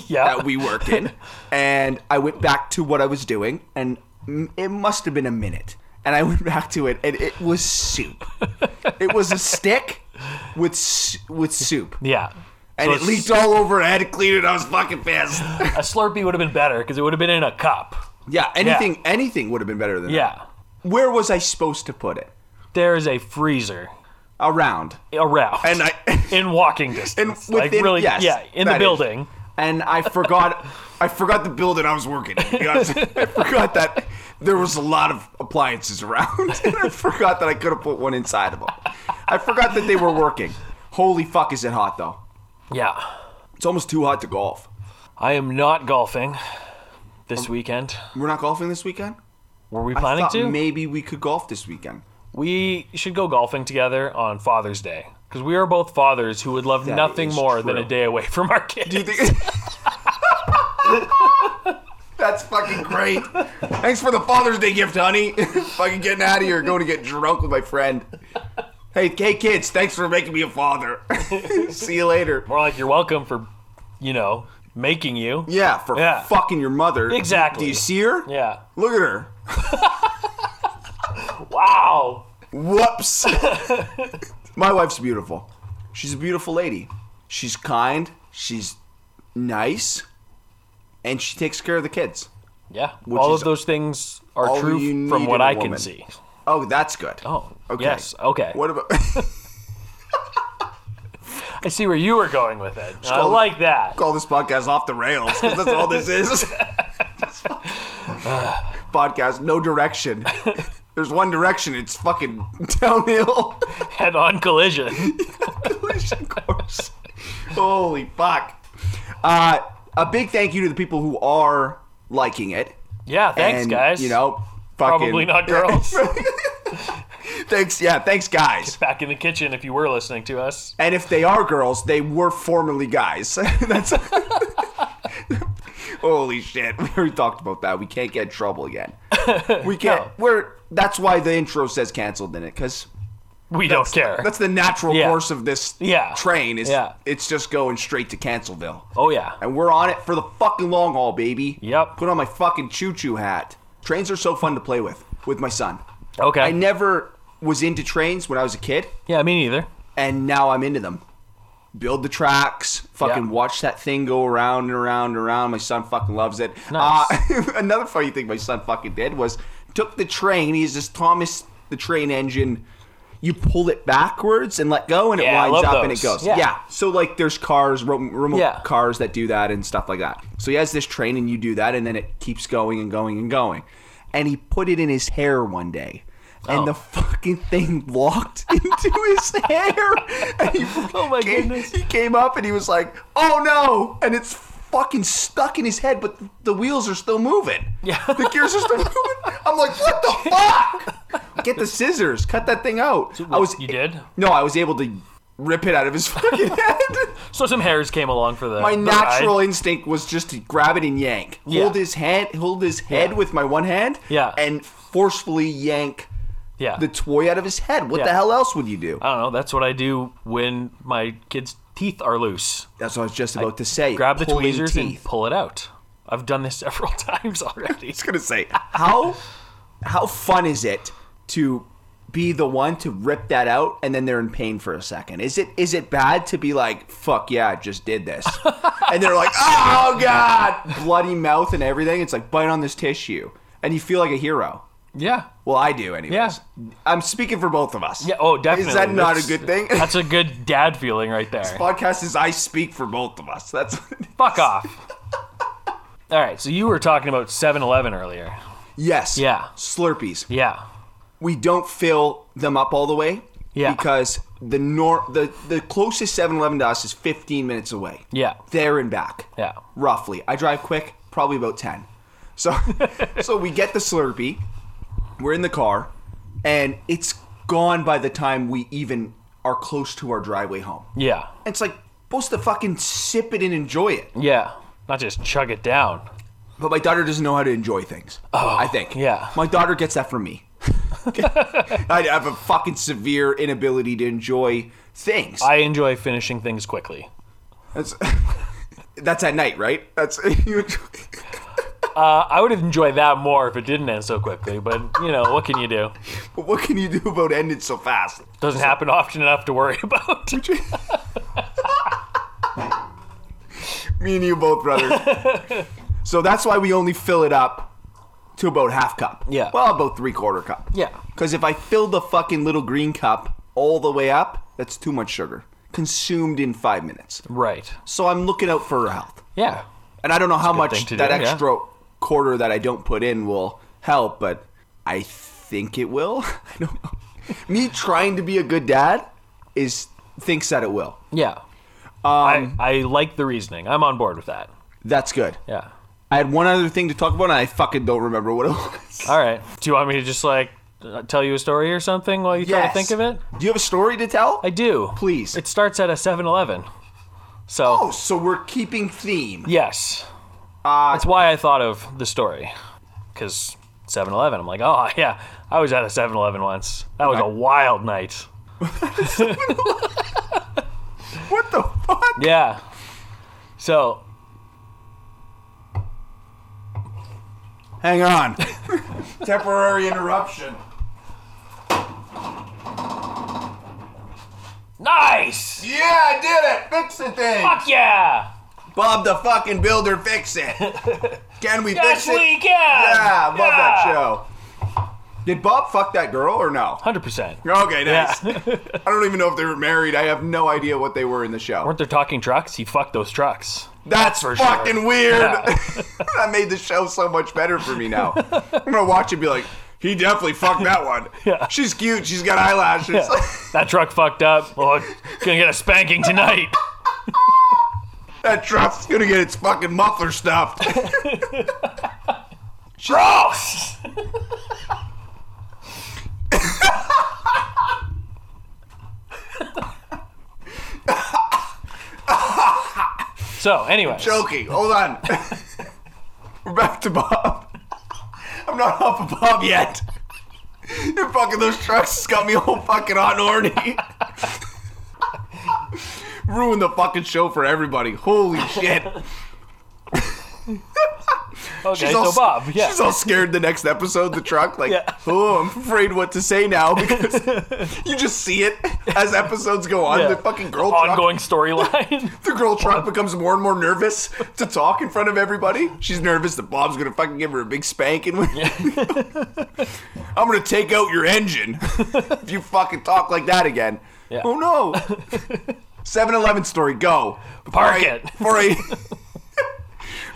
S5: yeah.
S6: that we work in, and I went back to what I was doing, and m- it must have been a minute. And I went back to it, and it was soup. it was a stick with s- with soup,
S5: yeah.
S6: and
S5: So
S6: it
S5: it's-
S6: leaked all over. I had to clean it. I was fucking pissed.
S5: A Slurpee would have been better because it would have been in a cup.
S6: yeah, anything anything would have been better than that.
S5: Yeah.
S6: Where was I supposed to put it?
S5: There is a freezer
S6: Around.
S5: around
S6: And I.
S5: in walking distance.
S6: And
S5: like
S6: within-
S5: really,
S6: yes,
S5: yeah, in the
S6: that is.
S5: building.
S6: and I forgot I forgot the building I was working in. to be honest. I forgot that there was a lot of appliances around, and I forgot that I could have put one inside of them. I forgot that they were working. Holy fuck, is it hot though?
S5: Yeah.
S6: It's almost too hot to golf.
S5: I am not golfing this weekend.
S6: We're not golfing this weekend.
S5: Were we
S6: Um, I
S5: planning
S6: thought
S5: to?
S6: maybe we could golf this weekend.
S5: We should go golfing together on Father's Day because we are both fathers who would love
S6: That
S5: nothing
S6: is
S5: more than
S6: true.
S5: a day away from our kids.
S6: Do you think? That's fucking great. Thanks for the Father's Day gift, honey. fucking getting out of here, going to get drunk with my friend. Hey, hey, kids, thanks for making me a father. See you later.
S5: More like you're welcome for, you know, making you.
S6: Yeah, for
S5: Yeah.
S6: fucking your mother.
S5: Exactly.
S6: Do you see her?
S5: Yeah.
S6: Look at her.
S5: Wow.
S6: Whoops. My wife's beautiful. She's a beautiful lady. She's kind. She's nice, and she takes care of the kids.
S5: Yeah. all
S6: is
S5: of those things are
S6: all
S5: true
S6: you
S5: from
S6: need
S5: what
S6: in a
S5: I can
S6: woman.
S5: see.
S6: Oh, that's good.
S5: Oh.
S6: Okay.
S5: Yes. Okay.
S6: What about?
S5: I see where you were going with it. I
S6: called-
S5: like that.
S6: call this podcast off the rails because that's all this is. podcast, no direction. There's one direction. It's fucking downhill.
S5: Head on collision.
S6: Collision course. Holy fuck. Uh, a big thank you to the people who are liking it.
S5: Yeah. Thanks,
S6: and,
S5: guys.
S6: You know, fucking,
S5: Probably not girls.
S6: Thanks. Yeah. Thanks, guys.
S5: Back in the kitchen, if you were listening to us.
S6: And if they are girls, they were formerly guys. That's Holy shit. We already talked about that. We can't get in trouble again. We can't. We're. That's why the intro says canceled in it, because
S5: We don't care.
S6: that's the natural
S5: Yeah.
S6: course of this
S5: Yeah.
S6: train. Is
S5: Yeah.
S6: it's just going straight to Cancelville,
S5: oh yeah.
S6: and we're on it for the fucking long haul, baby.
S5: Yep.
S6: Put on my fucking choo choo hat. Trains are so fun to play with with my son.
S5: Okay.
S6: I never was into trains when I was a kid,
S5: yeah, me neither.
S6: and now I'm into them. Build the tracks, fucking
S5: Yeah.
S6: watch that thing go around and around and around. My son fucking loves it.
S5: Nice.
S6: Uh, another funny thing my son fucking did was took the train. He's this Thomas the train engine. You pull it backwards and let go, and
S5: Yeah, I
S6: it winds
S5: love
S6: up and it
S5: those.
S6: goes.
S5: Yeah.
S6: So like, there's cars, ro- remote
S5: Yeah.
S6: cars that do that and stuff like that. So he has this train, and you do that, and then it keeps going and going and going. And he put it in his hair one day, and
S5: Oh.
S6: the fucking thing locked into his hair. And he
S5: Oh my
S6: came,
S5: goodness.
S6: He came up and he was like, "Oh no!" And it's fucking stuck in his head, but the wheels are still moving.
S5: Yeah.
S6: the gears are still moving. I'm like, "What the fuck?" Get the scissors, cut that thing out. I was.
S5: You did?
S6: No, I was able to rip it out of his fucking head.
S5: So some hairs came along for the
S6: my
S5: the
S6: natural
S5: ride.
S6: instinct was just to grab it and yank.
S5: Yeah.
S6: Hold his hand, hold his head
S5: Yeah.
S6: with my one hand,
S5: Yeah.
S6: and forcefully yank
S5: Yeah.
S6: the toy out of his head. What
S5: Yeah. Uh,
S6: the hell else would you do?
S5: I don't know. That's what I do when my kids' teeth are loose.
S6: That's what I was just about to say.
S5: Grab the
S6: Pulling
S5: tweezers and
S6: teeth.
S5: pull it out. I've done this several times already.
S6: I was gonna say how how fun is it to be the one to rip that out and then they're in pain for a second. Is it is it bad to be like fuck yeah I just did this and they're like oh god bloody mouth and everything. It's like bite on this tissue and you feel like a hero.
S5: Yeah.
S6: Well, I do anyways.
S5: Yeah.
S6: I'm speaking for both of us.
S5: Yeah. Oh, definitely.
S6: Is that not a
S5: That's-
S6: good thing?
S5: That's a good dad feeling right there.
S6: Podcast is I speak for both of us. That's
S5: Fuck off. All right. So you were talking about 7-Eleven earlier.
S6: yes.
S5: Yeah.
S6: Slurpees.
S5: Yeah.
S6: we don't fill them up all the way.
S5: Yeah.
S6: Because the nor the, the closest 7-Eleven to us is 15 minutes away.
S5: Yeah.
S6: There and back.
S5: Yeah.
S6: Roughly. I drive quick, probably about 10. So so we get the Slurpee. We're in the car and it's gone by the time we even are close to our driveway home.
S5: Yeah.
S6: It's like supposed to fucking sip it and enjoy it.
S5: Yeah. Not just chug it down.
S6: But my daughter doesn't know how to enjoy things. Oh, I think.
S5: yeah.
S6: My daughter gets that from me. I have a fucking severe inability to enjoy things.
S5: I enjoy finishing things quickly.
S6: that's, that's at night, right? That's you enjoy.
S5: I would enjoy that more if it didn't end so quickly, but you know, what can you do?
S6: But what can you do about ending so fast?
S5: Doesn't happen often enough to worry about.
S6: Me and you both, brother. so that's why we only fill it up to about half cup.
S5: Yeah.
S6: Well, about three quarter cup.
S5: Yeah.
S6: Because if I fill the fucking little green cup all the way up, that's too much sugar consumed in five minutes.
S5: Right.
S6: So I'm looking out for her health.
S5: Yeah.
S6: And I don't know how
S5: thing
S6: much
S5: to
S6: that
S5: do, yeah.
S6: extra quarter that I don't put in will help, but I think it will. I don't know. Me trying to be a good dad is thinks that it will.
S5: Yeah. I,
S6: Um,
S5: I like the reasoning. I'm on board with that.
S6: That's good.
S5: Yeah.
S6: I had one other thing to talk about and I fucking don't remember what it was.
S5: All right. Do you want me to just like uh, tell you a story or something while you try to
S6: Yes.
S5: think of it?
S6: Do you have a story to tell?
S5: I do.
S6: Please.
S5: It starts at a 7-Eleven. So
S6: oh, so we're keeping theme.
S5: yes, uh, that's why I thought of the story because 7-Eleven. I'm like, oh yeah, I was at a 7-Eleven once. That was a wild night.
S6: What the fuck?
S5: Yeah. So
S6: Hang on. Temporary interruption.
S5: nice.
S6: Yeah, I did it. Fix the thing.
S5: Fuck yeah.
S6: Bob the fucking builder, fix it. Can we
S5: Yes,
S6: fix it?
S5: we can.
S6: Yeah, love that show. Did Bob fuck that girl or no?
S5: Hundred percent.
S6: Okay,
S5: Yeah.
S6: nice. I don't even know if they were married. I have no idea what they were in the show.
S5: Weren't there talking trucks? He fucked those trucks.
S6: That's
S5: for sure.
S6: fucking weird.
S5: Yeah.
S6: that made the show so much better for me now. I'm gonna watch it and be like, he definitely fucked that one.
S5: Yeah.
S6: She's cute. She's got eyelashes.
S5: That truck fucked up. Well, gonna get a spanking tonight.
S6: that truck's gonna get its fucking muffler stuffed.
S5: Gross. so, anyway,
S6: Joking. Hold on. up to Bob. I'm not up to Bob yet. You're fucking those trucks has got me all fucking on orny. Ruined the fucking show for everybody. Holy shit.
S5: Okay,
S6: She's
S5: so
S6: all,
S5: Bob, yeah.
S6: She's all scared the next episode, the truck, like,
S5: Yeah.
S6: oh, I'm afraid what to say now because you just see it as episodes go on.
S5: Yeah.
S6: The fucking girl truck
S5: Ongoing storyline.
S6: The girl truck becomes more and more nervous to talk in front of everybody. She's nervous that Bob's gonna fucking give her a big spanking. I'm gonna take out your engine if you fucking talk like that again.
S5: Yeah.
S6: Oh no. 7-Eleven story, go. Before
S5: Park
S6: I-
S5: it.
S6: Before I,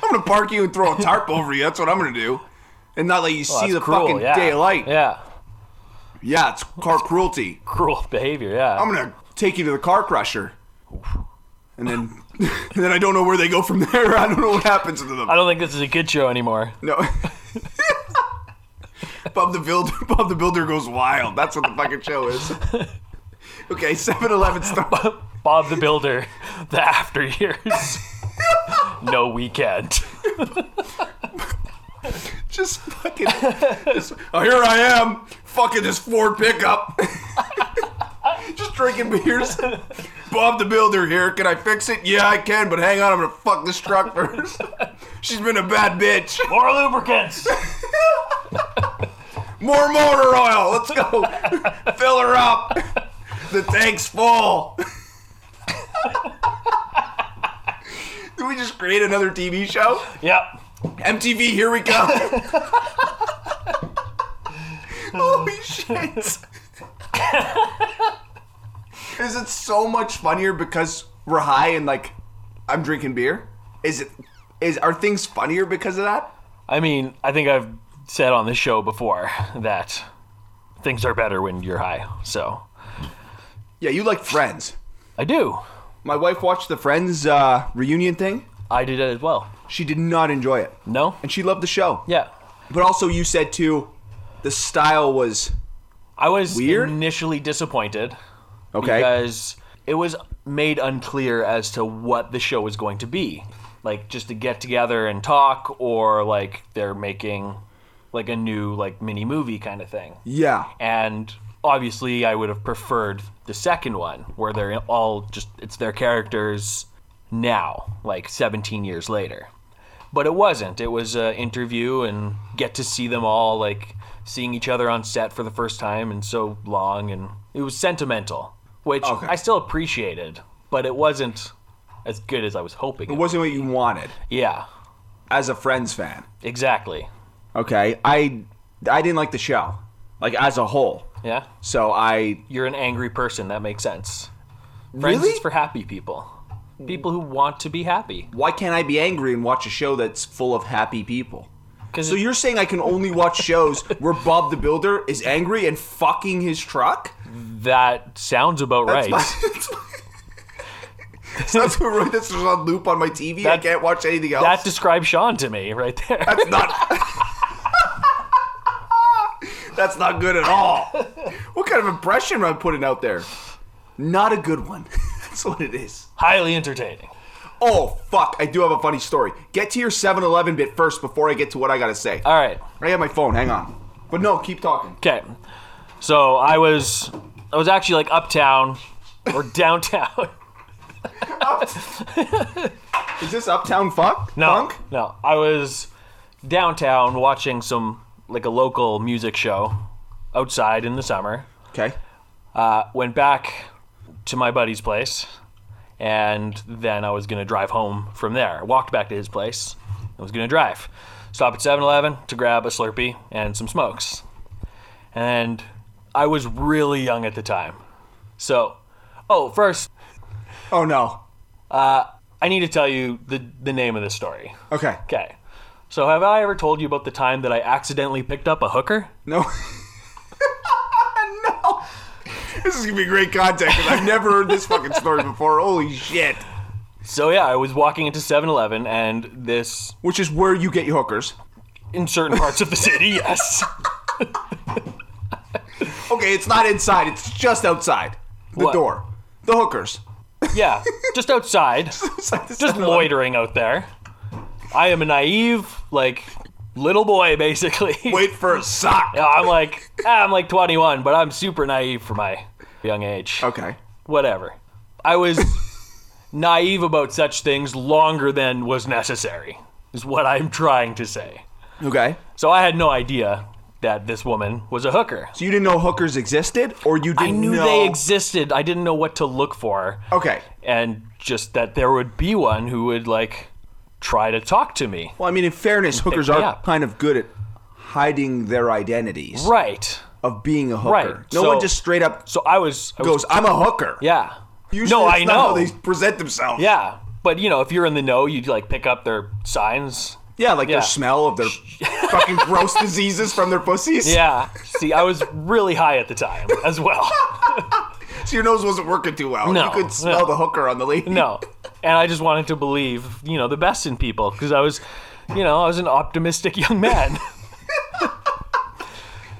S6: I'm gonna park you and throw a tarp over you. That's what I'm gonna do. And not let you
S5: Well,
S6: see
S5: Oh, that's
S6: the
S5: cruel,
S6: fucking
S5: yeah.
S6: daylight.
S5: Yeah,
S6: Yeah, it's car cruelty.
S5: cruel behavior. Yeah.
S6: I'm gonna take you to the car crusher. And then, and then I don't know where they go from there. I don't know what happens to them.
S5: I don't think this is a good show anymore.
S6: No. Bob the Builder. Bob the Builder goes wild. That's what the fucking show is. Okay, 7-Eleven star.
S5: Bob the Builder, the after years. no weekend.
S6: Just fucking. just- oh, here I am, fucking this Ford pickup. just drinking beers. Bob the Builder here. Can I fix it? Yeah, I can. But hang on, I'm gonna fuck this truck first. She's been a bad bitch.
S5: More lubricants.
S6: More motor oil. Let's go. Fill her up. The tank's full. Did we just create another TV show?
S5: yep.
S6: MTV, here we go. Holy shit. Is it so much funnier because we're high and like I'm drinking beer? Is it is are things funnier because of that?
S5: I mean, I think I've said on this show before that things are better when you're high. So
S6: Yeah, you like friends.
S5: I do.
S6: My wife watched the Friends uh, reunion thing.
S5: I did it as well.
S6: She did not enjoy it,
S5: No.
S6: and she loved the show.
S5: Yeah.
S6: But also, you said too, the style was
S5: I was
S6: Weird?
S5: initially disappointed
S6: okay.
S5: because it was made unclear as to what the show was going to be. Like just to get together and talk or like they're making like a new like mini movie kind of thing.
S6: yeah,
S5: And obviously I would have preferred the second one where they're all just it's their characters now, like 17 years later. But it wasn't. It was an interview and get to see them all like seeing each other on set for the first time in so long and it was sentimental, which
S6: Okay.
S5: I still appreciated, but it wasn't as good as I was hoping.
S6: it wasn't what you wanted
S5: yeah.
S6: as a Friends fan.
S5: Exactly.
S6: Okay, I I didn't like the show, like as a whole.
S5: Yeah.
S6: So I
S5: You're an angry person. That makes sense. Friends
S6: Really?
S5: is for happy people. People who want to be happy.
S6: why can't I be angry and watch a show that's full of happy people?
S5: Because
S6: So you're saying I can only watch shows where Bob the Builder is angry and fucking his truck?
S5: that sounds about right.
S6: That's my- that's my- that's what right. That's just on loop on my TV. I
S5: That-
S6: can't watch anything else.
S5: that describes Sean to me right there.
S6: that's not. that's not good at all. What kind of impression am I putting out there? Not a good one. That's what it is.
S5: Highly entertaining.
S6: Oh fuck! I do have a funny story. Get to your 7-Eleven bit first before I get to what I gotta say.
S5: All right.
S6: I have my phone. Hang on. But no, keep talking.
S5: Okay. So I was, I was actually like uptown or downtown.
S6: Is this Uptown Funk?
S5: No,
S6: Funk?
S5: no. I was downtown watching some like a local music show outside in the summer.
S6: Okay.
S5: went back to my buddy's place and then I was going to drive home from there. I walked back to his place and was going to drive. Stop at 7 Eleven to grab a Slurpee and some smokes. And I was really young at the time. So, oh, first,
S6: Oh no.
S5: I need to tell you the, the name of this story.
S6: Okay.
S5: Okay. So, have I ever told you about the time that I accidentally picked up a hooker?
S6: No. no. This is gonna be great content because I've never heard this fucking story before. Holy shit!
S5: So, yeah, I was walking into 7 Eleven and this,
S6: Which is where you get your hookers.
S5: in certain parts of the city, yes.
S6: Okay, it's not inside; it's just outside the
S5: What?
S6: door. The hookers.
S5: Yeah, just outside,
S6: It's like the
S5: just
S6: 7-Eleven.
S5: loitering out there. I am a naive, like little boy, basically.
S6: Wait for a sock.
S5: Yeah, I'm like, ah, I'm like 21, but I'm super naive for my young age.
S6: Okay.
S5: Whatever. I was naive about such things longer than was necessary, is what I'm trying to say.
S6: Okay.
S5: So I had no idea that this woman was a hooker.
S6: So you didn't know hookers existed, or you didn't
S5: I knew
S6: know...
S5: they existed. I didn't know what to look for.
S6: Okay.
S5: And just that there would be one who would, like, try to talk to me.
S6: Well, I mean, in fairness, hookers
S5: me
S6: are
S5: up.
S6: kind of good at hiding their identities
S5: Right.
S6: of being a hooker.
S5: Right,
S6: No
S5: so-
S6: one just straight up
S5: So I was. I was
S6: goes, "I'm a hooker."
S5: yeah.
S6: Usually
S5: no,
S6: that's
S5: I
S6: not
S5: know.
S6: how they present themselves.
S5: Yeah, but you know, if you're in the know, you like pick up their signs.
S6: Yeah, like
S5: Yeah.
S6: their smell of their fucking gross diseases from their pussies.
S5: Yeah. See, I was really high at the time as well.
S6: So your nose wasn't working too well.
S5: No,
S6: You could smell
S5: no.
S6: the hooker on the lady.
S5: No, and I just wanted to believe, you know, the best in people because I was, you know, I was an optimistic young man.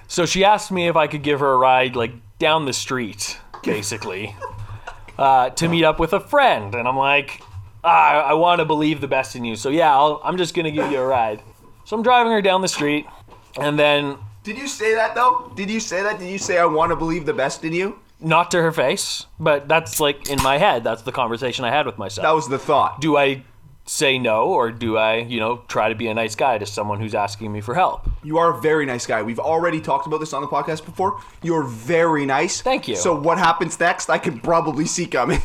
S5: so she asked me if I could give her a ride, like down the street, basically, uh, to meet up with a friend, and I'm like, ah, I want to believe the best in you, so yeah, I'll, I'm just gonna give you a ride. So I'm driving her down the street, and then
S6: Did you say that though? Did you say that? Did you say I want to believe the best in you?
S5: not to her face, but that's like in my head. That's the conversation I had with myself.
S6: That was the thought.
S5: do I say no or do I, you know, try to be a nice guy to someone who's asking me for help?
S6: You are a very nice guy. We've already talked about this on the podcast before. You're very nice.
S5: Thank you.
S6: So what happens next? I can probably see coming.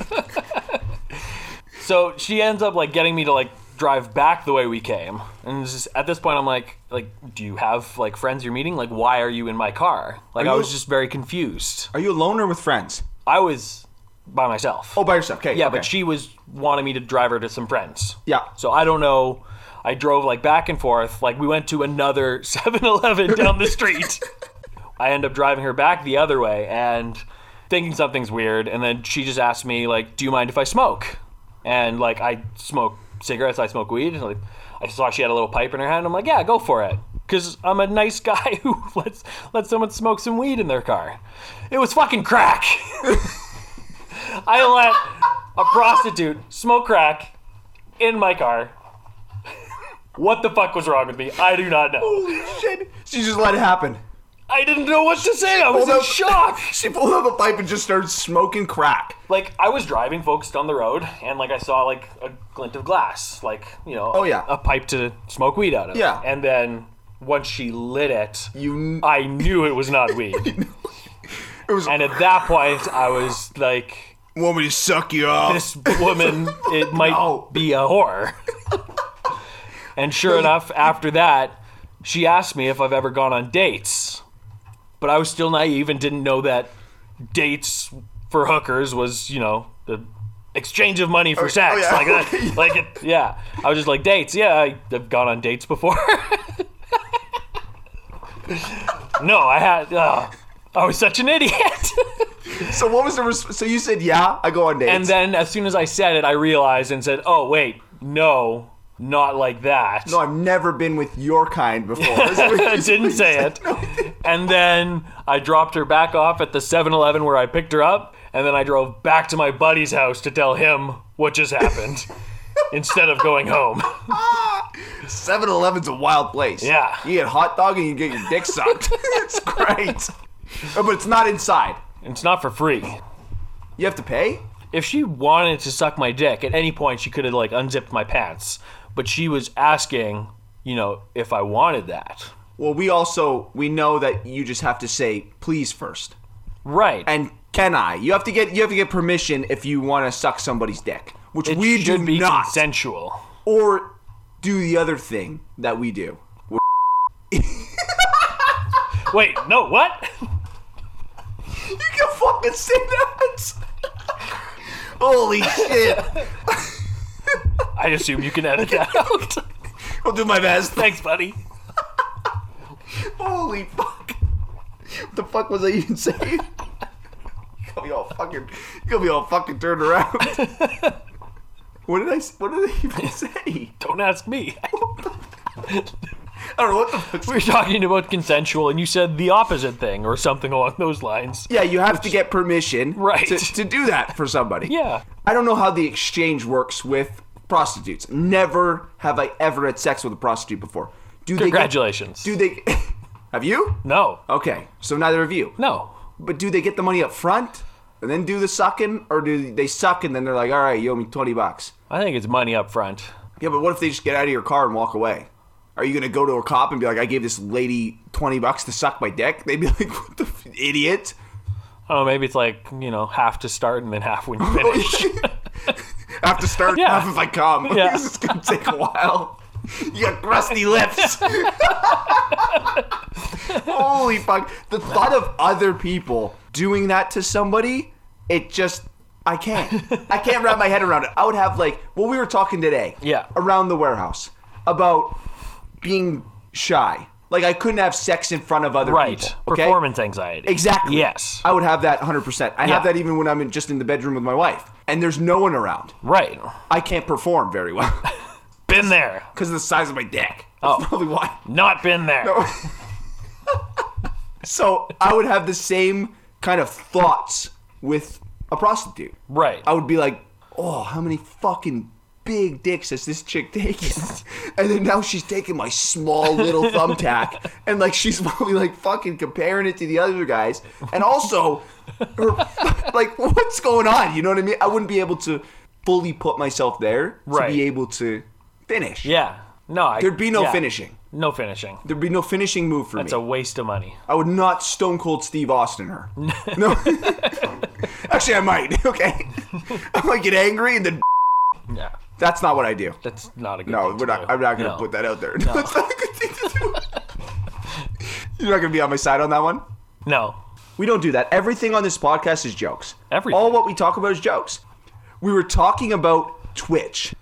S5: So she ends up like getting me to like drive back the way we came. And it's just, at this point I'm like like do you have like friends you're meeting? Like why are you in my car? Like
S6: Are
S5: I
S6: you-
S5: was just very confused.
S6: Are you alone or with friends?
S5: I was by myself.
S6: Oh, by yourself. Okay.
S5: yeah,
S6: okay.
S5: but she was wanting me to drive her to some friends.
S6: Yeah.
S5: So I don't know. I drove like back and forth. Like we went to another 7-Eleven down the street. I end up driving her back the other way and thinking something's weird. And then she just asked me like, "Do you mind if I smoke?" And like I smoke cigarettes. I smoke weed. And, like I saw she had a little pipe in her hand. I'm like, "Yeah, go for it." Cause I'm a nice guy who lets let someone smoke some weed in their car. It was fucking crack. I let a prostitute smoke crack in my car. What the fuck was wrong with me? I do not know.
S6: Holy shit. She just let it happen.
S5: I didn't know what to say. I was
S6: Hold
S5: in
S6: up.
S5: shock.
S6: She pulled up a pipe and just started smoking crack.
S5: Like I was driving, focused on the road, and like I saw like a glint of glass, like you know,
S6: Oh, yeah.
S5: a pipe to smoke weed out of.
S6: Yeah.
S5: And then once she lit it,
S6: You.
S5: I knew it was not weed.
S6: It was.
S5: and at that point, I was like,
S6: want me to suck you off?
S5: this woman it might
S6: No.
S5: be a whore. and sure enough, after that, she asked me if I've ever gone on dates. But I was still naive and didn't know that dates for hookers was, you know, the exchange of money for sex.
S6: Oh, yeah.
S5: Like that. like it, yeah. I was just like dates. Yeah, I- I've gone on dates before. no, I had uh, I was such an idiot.
S6: So what was the response? So you said yeah, I go on dates.
S5: And then as soon as I said it, I realized and said, "Oh wait, no, not like that."
S6: no, I've never been with your kind before. That's what
S5: I
S6: you-
S5: didn't say it. And then I dropped her back off at the 7-Eleven where I picked her up, and then I drove back to my buddy's house to tell him what just happened instead of going home.
S6: 7-Eleven's a wild place.
S5: Yeah.
S6: You get hot dog and you get your dick sucked. it's great. Oh, But it's not inside.
S5: It's not for free.
S6: You have to pay?
S5: If she wanted to suck my dick at any point, she could have like unzipped my pants, but she was asking, you know, if I wanted that.
S6: Well, we also we know that you just have to say please first.
S5: Right.
S6: And can I? You have to get you have to get permission if you want to suck somebody's dick, which
S5: it
S6: we
S5: should
S6: do
S5: be
S6: not.
S5: consensual.
S6: Or do the other thing that we do.
S5: Wait, no, what?
S6: You can fucking say that. Holy shit.
S5: I assume you can edit that out.
S6: I'll do my best.
S5: Thanks, buddy.
S6: Holy fuck. What the fuck was I even saying? you got me all fucking you got me all fucking turned around. what did I s- what did I even say?
S5: Don't ask me.
S6: I don't know what the fuck.
S5: We were talking about consensual, and you said the opposite thing or something along those lines.
S6: Yeah, you have to get permission
S5: Right.
S6: to, to do that for somebody.
S5: Yeah.
S6: I don't know how the exchange works with prostitutes. Never have I ever had sex with a prostitute before. Do they get-
S5: Congratulations.
S6: do they? have you?
S5: no.
S6: Okay, so neither of you.
S5: No.
S6: But do they get the money up front and then do the sucking, or do they suck and then they're like, all right, you owe me twenty bucks?
S5: I think it's money up front.
S6: Yeah, but what if they just get out of your car and walk away? Are you gonna go to a cop and be like, I gave this lady twenty bucks to suck my dick? They'd be like, what the f- idiot?
S5: I don't know, Oh, maybe it's like, you know, half to start and then half when you finish.
S6: I have to start
S5: Yeah.
S6: half if I come.
S5: Yeah.
S6: this is gonna take a while. You got crusty lips. Holy fuck! The thought of other people doing that to somebody, it just. I can't. I can't wrap my head around it. I would have like, well, we were talking today,
S5: Yeah.
S6: around the warehouse about being shy. Like I couldn't have sex in front of other
S5: right.
S6: people. okay?
S5: Performance anxiety.
S6: Exactly.
S5: Yes.
S6: I would have that 100%. I
S5: Yeah.
S6: have that even when I'm in, just in the bedroom with my wife and there's no one around.
S5: Right.
S6: I can't perform very well
S5: Been there.
S6: because of the size of my dick. That's
S5: Oh.
S6: probably why.
S5: Not been there.
S6: So I would have the same kind of thoughts with a prostitute.
S5: Right.
S6: I would be like, oh, how many fucking big dicks has this chick taken? and then now she's taking my small little thumbtack and like she's probably like fucking comparing it to the other guys. And also, her, like, what's going on? You know what I mean? I wouldn't be able to fully put myself there
S5: Right.
S6: to be able to finish.
S5: Yeah. No, I,
S6: There'd be no
S5: yeah.
S6: finishing.
S5: No finishing.
S6: There'd be no finishing move for
S5: It's
S6: me.
S5: a waste of money.
S6: I would not Stone Cold Steve Austin her. No. Actually, I might. Okay. I might get angry and then.
S5: Yeah.
S6: That's not what I do.
S5: That's not a good
S6: No,
S5: thing to
S6: we're not.
S5: do.
S6: I'm not gonna
S5: No.
S6: put that out there. That's not a good thing to do. You're not gonna be on my side on that one.
S5: No.
S6: We don't do that. Everything on this podcast is jokes.
S5: Everything.
S6: All what we talk about is jokes. We were talking about Twitch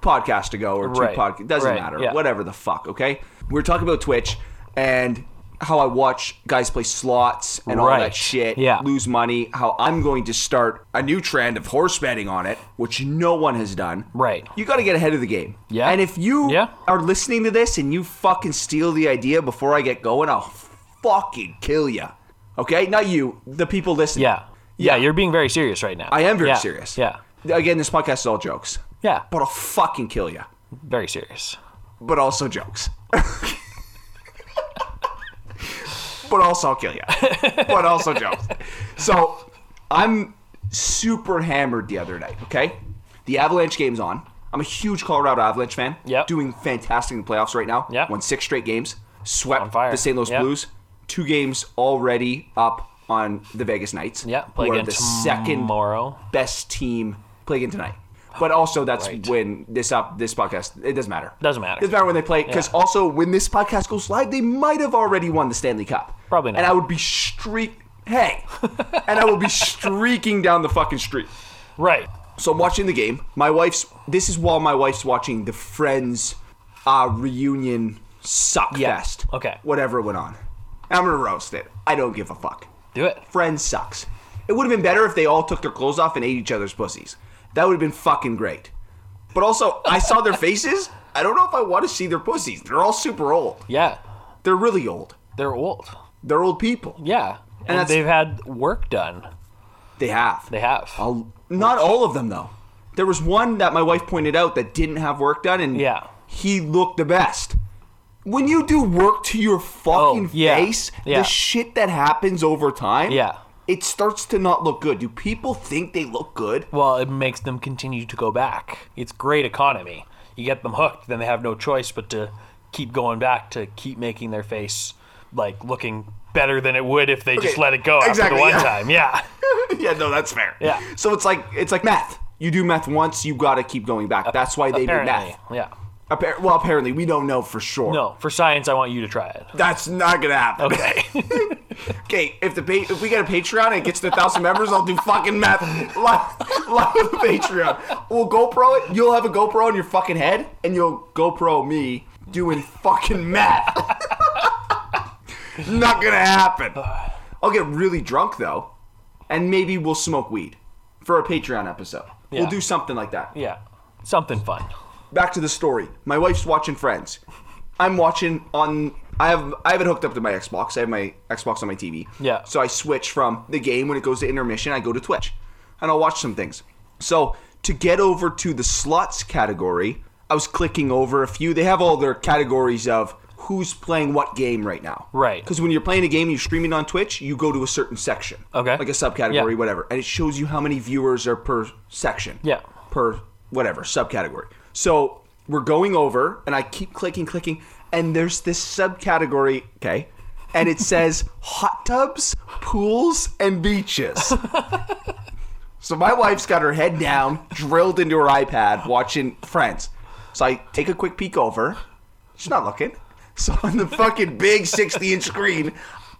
S6: podcast ago or two
S5: Right.
S6: podcast. Doesn't
S5: Right.
S6: matter.
S5: Yeah.
S6: Whatever the fuck. Okay. We were talking about Twitch and how I watch guys play slots and all
S5: Right.
S6: that shit.
S5: Yeah.
S6: Lose money. How I'm going to start a new trend of horse betting on it, which no one has done.
S5: Right.
S6: You got to get ahead of the game.
S5: Yeah.
S6: And if you
S5: Yeah.
S6: are listening to this and you fucking steal the idea before I get going, I'll fucking kill you. Okay? Not you, the people listening.
S5: Yeah. Yeah,
S6: Yeah.
S5: you're being very serious right now.
S6: I am very
S5: Yeah.
S6: serious.
S5: Yeah.
S6: Again, this podcast is all jokes,
S5: Yeah.
S6: but I'll fucking kill you.
S5: Very serious.
S6: But also jokes. but also I'll kill you. But also jokes. So I'm super hammered the other night, okay? The Avalanche game's on. I'm a huge Colorado Avalanche fan.
S5: Yep.
S6: Doing fantastic in the playoffs right now.
S5: Yep.
S6: Won six straight games. Swept
S5: On fire.
S6: the St. Louis
S5: Yep.
S6: Blues. Two games already up on the Vegas Knights.
S5: Yeah. Play
S6: who are
S5: again
S6: the second
S5: tomorrow.
S6: best team playing tonight. But also, that's
S5: Right.
S6: when this up this podcast. It doesn't matter.
S5: Doesn't matter.
S6: Doesn't matter when they play because
S5: Yeah.
S6: also when this podcast goes live, they might have already won the Stanley Cup.
S5: Probably not.
S6: And I would be streak. Hey, and I would be streaking down the fucking street.
S5: Right.
S6: So I'm watching the game. My wife's. This is while my wife's watching the Friends uh, reunion suck
S5: Yeah.
S6: fest.
S5: Okay.
S6: Whatever went on, I'm gonna roast it. I don't give a fuck.
S5: Do it.
S6: Friends sucks. It would have been better if they all took their clothes off and ate each other's pussies. That would have been fucking great. But also, I saw their faces. I don't know if I want to see their pussies. They're all super old.
S5: Yeah.
S6: They're really old.
S5: They're old.
S6: They're old people.
S5: Yeah. And,
S6: that's-
S5: they've had work done.
S6: They have.
S5: They have.
S6: A- not all of them though. There was one that my wife pointed out that didn't have work done, and
S5: Yeah.
S6: he looked the best. When you do work to your fucking
S5: Oh, yeah.
S6: face,
S5: Yeah.
S6: the shit that happens over time,
S5: Yeah.
S6: it starts to not look good. Do people think they look good?
S5: Well, it makes them continue to go back. It's great economy. You get them hooked, then they have no choice but to keep going back to keep making their face like looking better than it would if they just
S6: Okay,
S5: let it go after
S6: exactly,
S5: the one
S6: yeah.
S5: time. Yeah.
S6: yeah, no, that's fair.
S5: Yeah.
S6: So it's like it's like math. You do math once, you gotta keep going back. That's why they do
S5: Apparently.
S6: math.
S5: Yeah.
S6: Appar- well, apparently we don't know for sure.
S5: No, for science, I want you to try it.
S6: that's not gonna happen.
S5: Okay.
S6: Okay, if the pa- if we get a Patreon and it gets to a thousand members, I'll do fucking math live, live on the Patreon. We'll GoPro it. You'll have a GoPro on your fucking head, and you'll GoPro me doing fucking math. Not gonna happen. I'll get really drunk though, and maybe we'll smoke weed for a Patreon episode.
S5: Yeah.
S6: We'll do something like that.
S5: yeah. Something fun.
S6: Back to the story. My wife's watching Friends. I'm watching on. I have I have it hooked up to my Xbox. I have my Xbox on my TV.
S5: Yeah.
S6: So I switch from the game when it goes to intermission. I go to Twitch, and I'll watch some things. So to get over to the slots category, I was clicking over a few. They have all their categories of who's playing what game right now.
S5: Right.
S6: Because when you're playing a game and you're streaming on Twitch, you go to a certain section.
S5: Okay.
S6: Like a subcategory,
S5: Yeah.
S6: whatever. And it shows you how many viewers are per section.
S5: Yeah.
S6: Per whatever, subcategory. So we're going over, and I keep clicking, clicking, and there's this subcategory, okay? And it says hot tubs, pools, and beaches. So my wife's got her head down, drilled into her iPad, watching Friends. So I take a quick peek over. She's not looking. So on the fucking big 60 inch screen,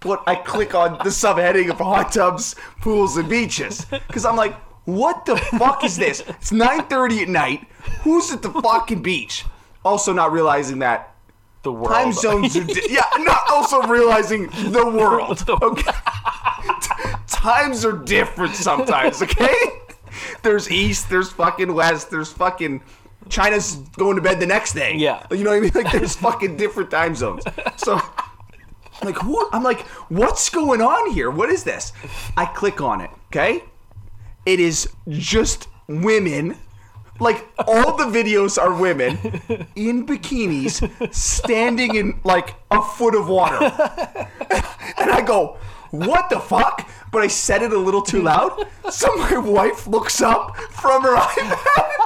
S6: what I click on the subheading of hot tubs, pools, and beaches. Because I'm like, what the fuck is this? It's 9.30 at night. Who's at the fucking beach? Also not realizing that
S5: The world.
S6: time zones are di- yeah not also realizing the world okay times are different sometimes okay there's east there's fucking west there's fucking china's going to bed the next day
S5: Yeah.
S6: you know what i mean like there's fucking different time zones so like who i'm like what's going on here what is this i click on it okay it is just women like all the videos are women in bikinis standing in like a foot of water and i go what the fuck but i said it a little too loud so my wife looks up from her ipad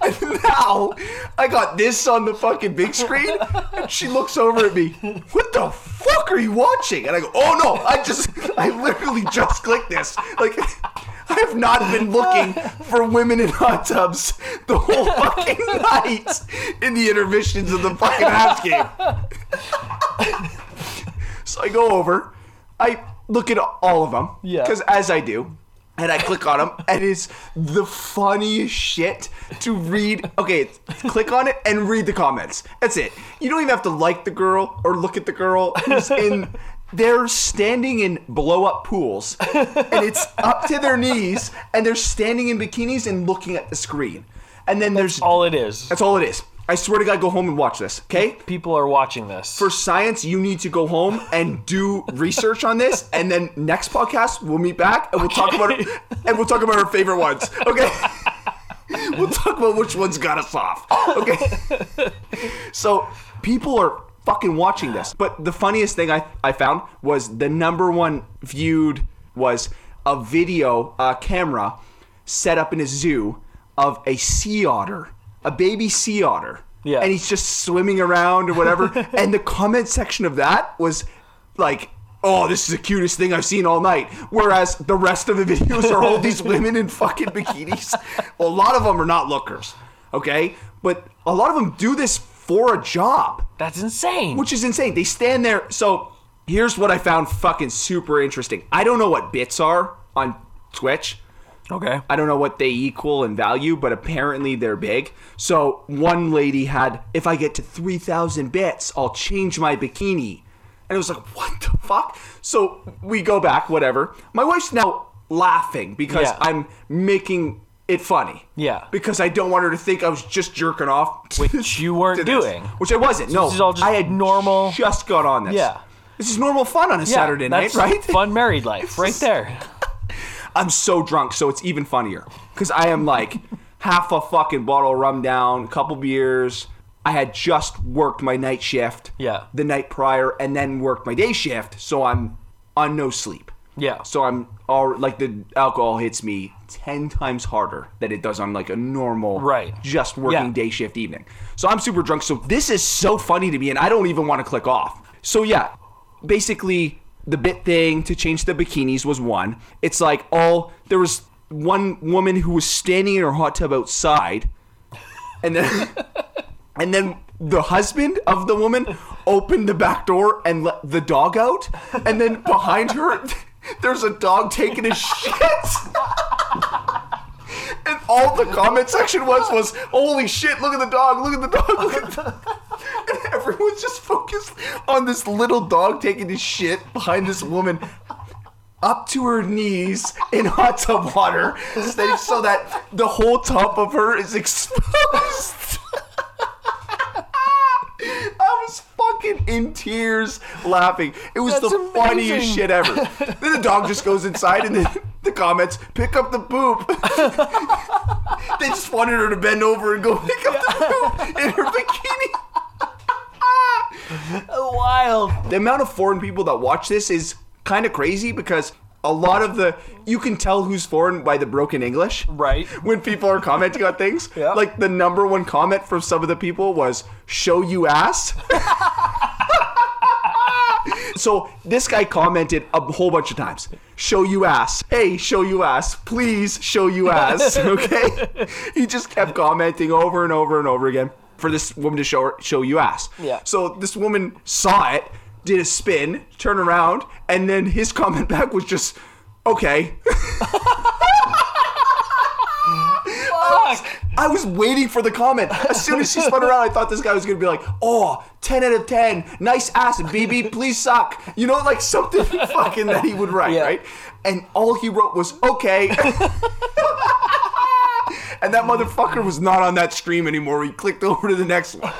S6: and now i got this on the fucking big screen and she looks over at me what the fuck are you watching and i go oh no i just i literally just clicked this like I have not been looking for women in hot tubs the whole fucking night in the intermissions of the fucking house game. so I go over, I look at all of them,
S5: Yeah.
S6: because as I do, and I click on them, and it's the funniest shit to read. Okay, click on it and read the comments. That's it. You don't even have to like the girl or look at the girl who's in. They're standing in blow up pools, and it's up to their knees, and they're standing in bikinis and looking at the screen. And then there's
S5: all it is.
S6: that's all it is. I swear to God, go home and watch this, okay?
S5: People are watching this.
S6: for science, you need to go home and do research on this, and then next podcast we'll meet back and we'll talk about it, and we'll talk about our favorite ones. Okay, we'll talk about which ones got us off. Okay, so people are fucking watching this, but the funniest thing I I found was the number one viewed was a video uh, camera set up in a zoo of a sea otter, a baby sea otter.
S5: Yeah.
S6: And he's he's just swimming around or whatever. and the comment section of that was like, oh, this is the cutest thing I've seen all night. Whereas the rest of the videos are all these women in fucking bikinis. A lot of them are not lookers, okay? But a lot of them do this for a job
S5: That's insane.
S6: which is insane. They stand there. So here's what I found fucking super interesting. I don't know what bits are on Twitch.
S5: Okay.
S6: I don't know what they equal in value, but apparently they're big. So one lady had, if I get to 3,000 bits, I'll change my bikini. And it was like, what the fuck? So we go back, whatever. My wife's now laughing because
S5: Yeah.
S6: I'm making it funny.
S5: Yeah.
S6: Because I don't want her to think I was just jerking off. to-
S5: Which you weren't
S6: to this.
S5: doing.
S6: Which I wasn't. no.
S5: this is all just
S6: I had
S5: normal-
S6: just got on this.
S5: Yeah.
S6: This is normal fun on a
S5: Yeah,
S6: Saturday night,
S5: that's
S6: right?
S5: Fun married life, right there.
S6: I'm so drunk, so it's even funnier. Cause I am like half a fucking bottle of rum down, a couple beers. I had just worked my night shift
S5: Yeah.
S6: the night prior and then worked my day shift, so I'm on no sleep.
S5: Yeah.
S6: So I'm all like the alcohol hits me ten times harder than it does on like a normal
S5: Right.
S6: just working
S5: Yeah.
S6: day shift evening. So I'm super drunk. So this is so funny to me, and I don't even want to click off. So yeah, basically the bit thing to change the bikinis was one. It's like all there was one woman who was standing in her hot tub outside, and then and then the husband of the woman opened the back door and let the dog out, and then behind her there's a dog taking a shit. And all the comment section was was, "Holy shit! Look at the dog! Look at the dog! Look at the." And everyone's just focused on this little dog taking his shit behind this woman, up to her knees in hot tub water, so so that the whole top of her is exposed. I was fucking in tears laughing. It was
S5: That's
S6: the funniest
S5: amazing.
S6: shit ever. then the dog just goes inside and then the comments pick up the poop. they just wanted her to bend over and go pick up the poop in her bikini.
S5: Wild.
S6: The amount of foreign people that watch this is kind of crazy because a lot of the you can tell who's foreign by the broken English.
S5: Right.
S6: When people are commenting on things,
S5: Yeah.
S6: like the number one comment from some of the people was "show you ass." so this guy commented a whole bunch of times. Show you ass. Hey, show you ass. Please show you ass. Okay. he just kept commenting over and over and over again for this woman to show her, show you ass.
S5: Yeah.
S6: So this woman saw it, did a spin, turn around, and then his comment back was just, okay.
S5: Fuck.
S6: I was waiting for the comment. As soon as she spun around, I thought this guy was gonna be like, "Oh, 10 out of 10, nice ass, BB, please suck." You know, like something fucking that he would write,
S5: Yeah.
S6: right? And all he wrote was "okay." and that motherfucker was not on that stream anymore. He clicked over to the next one.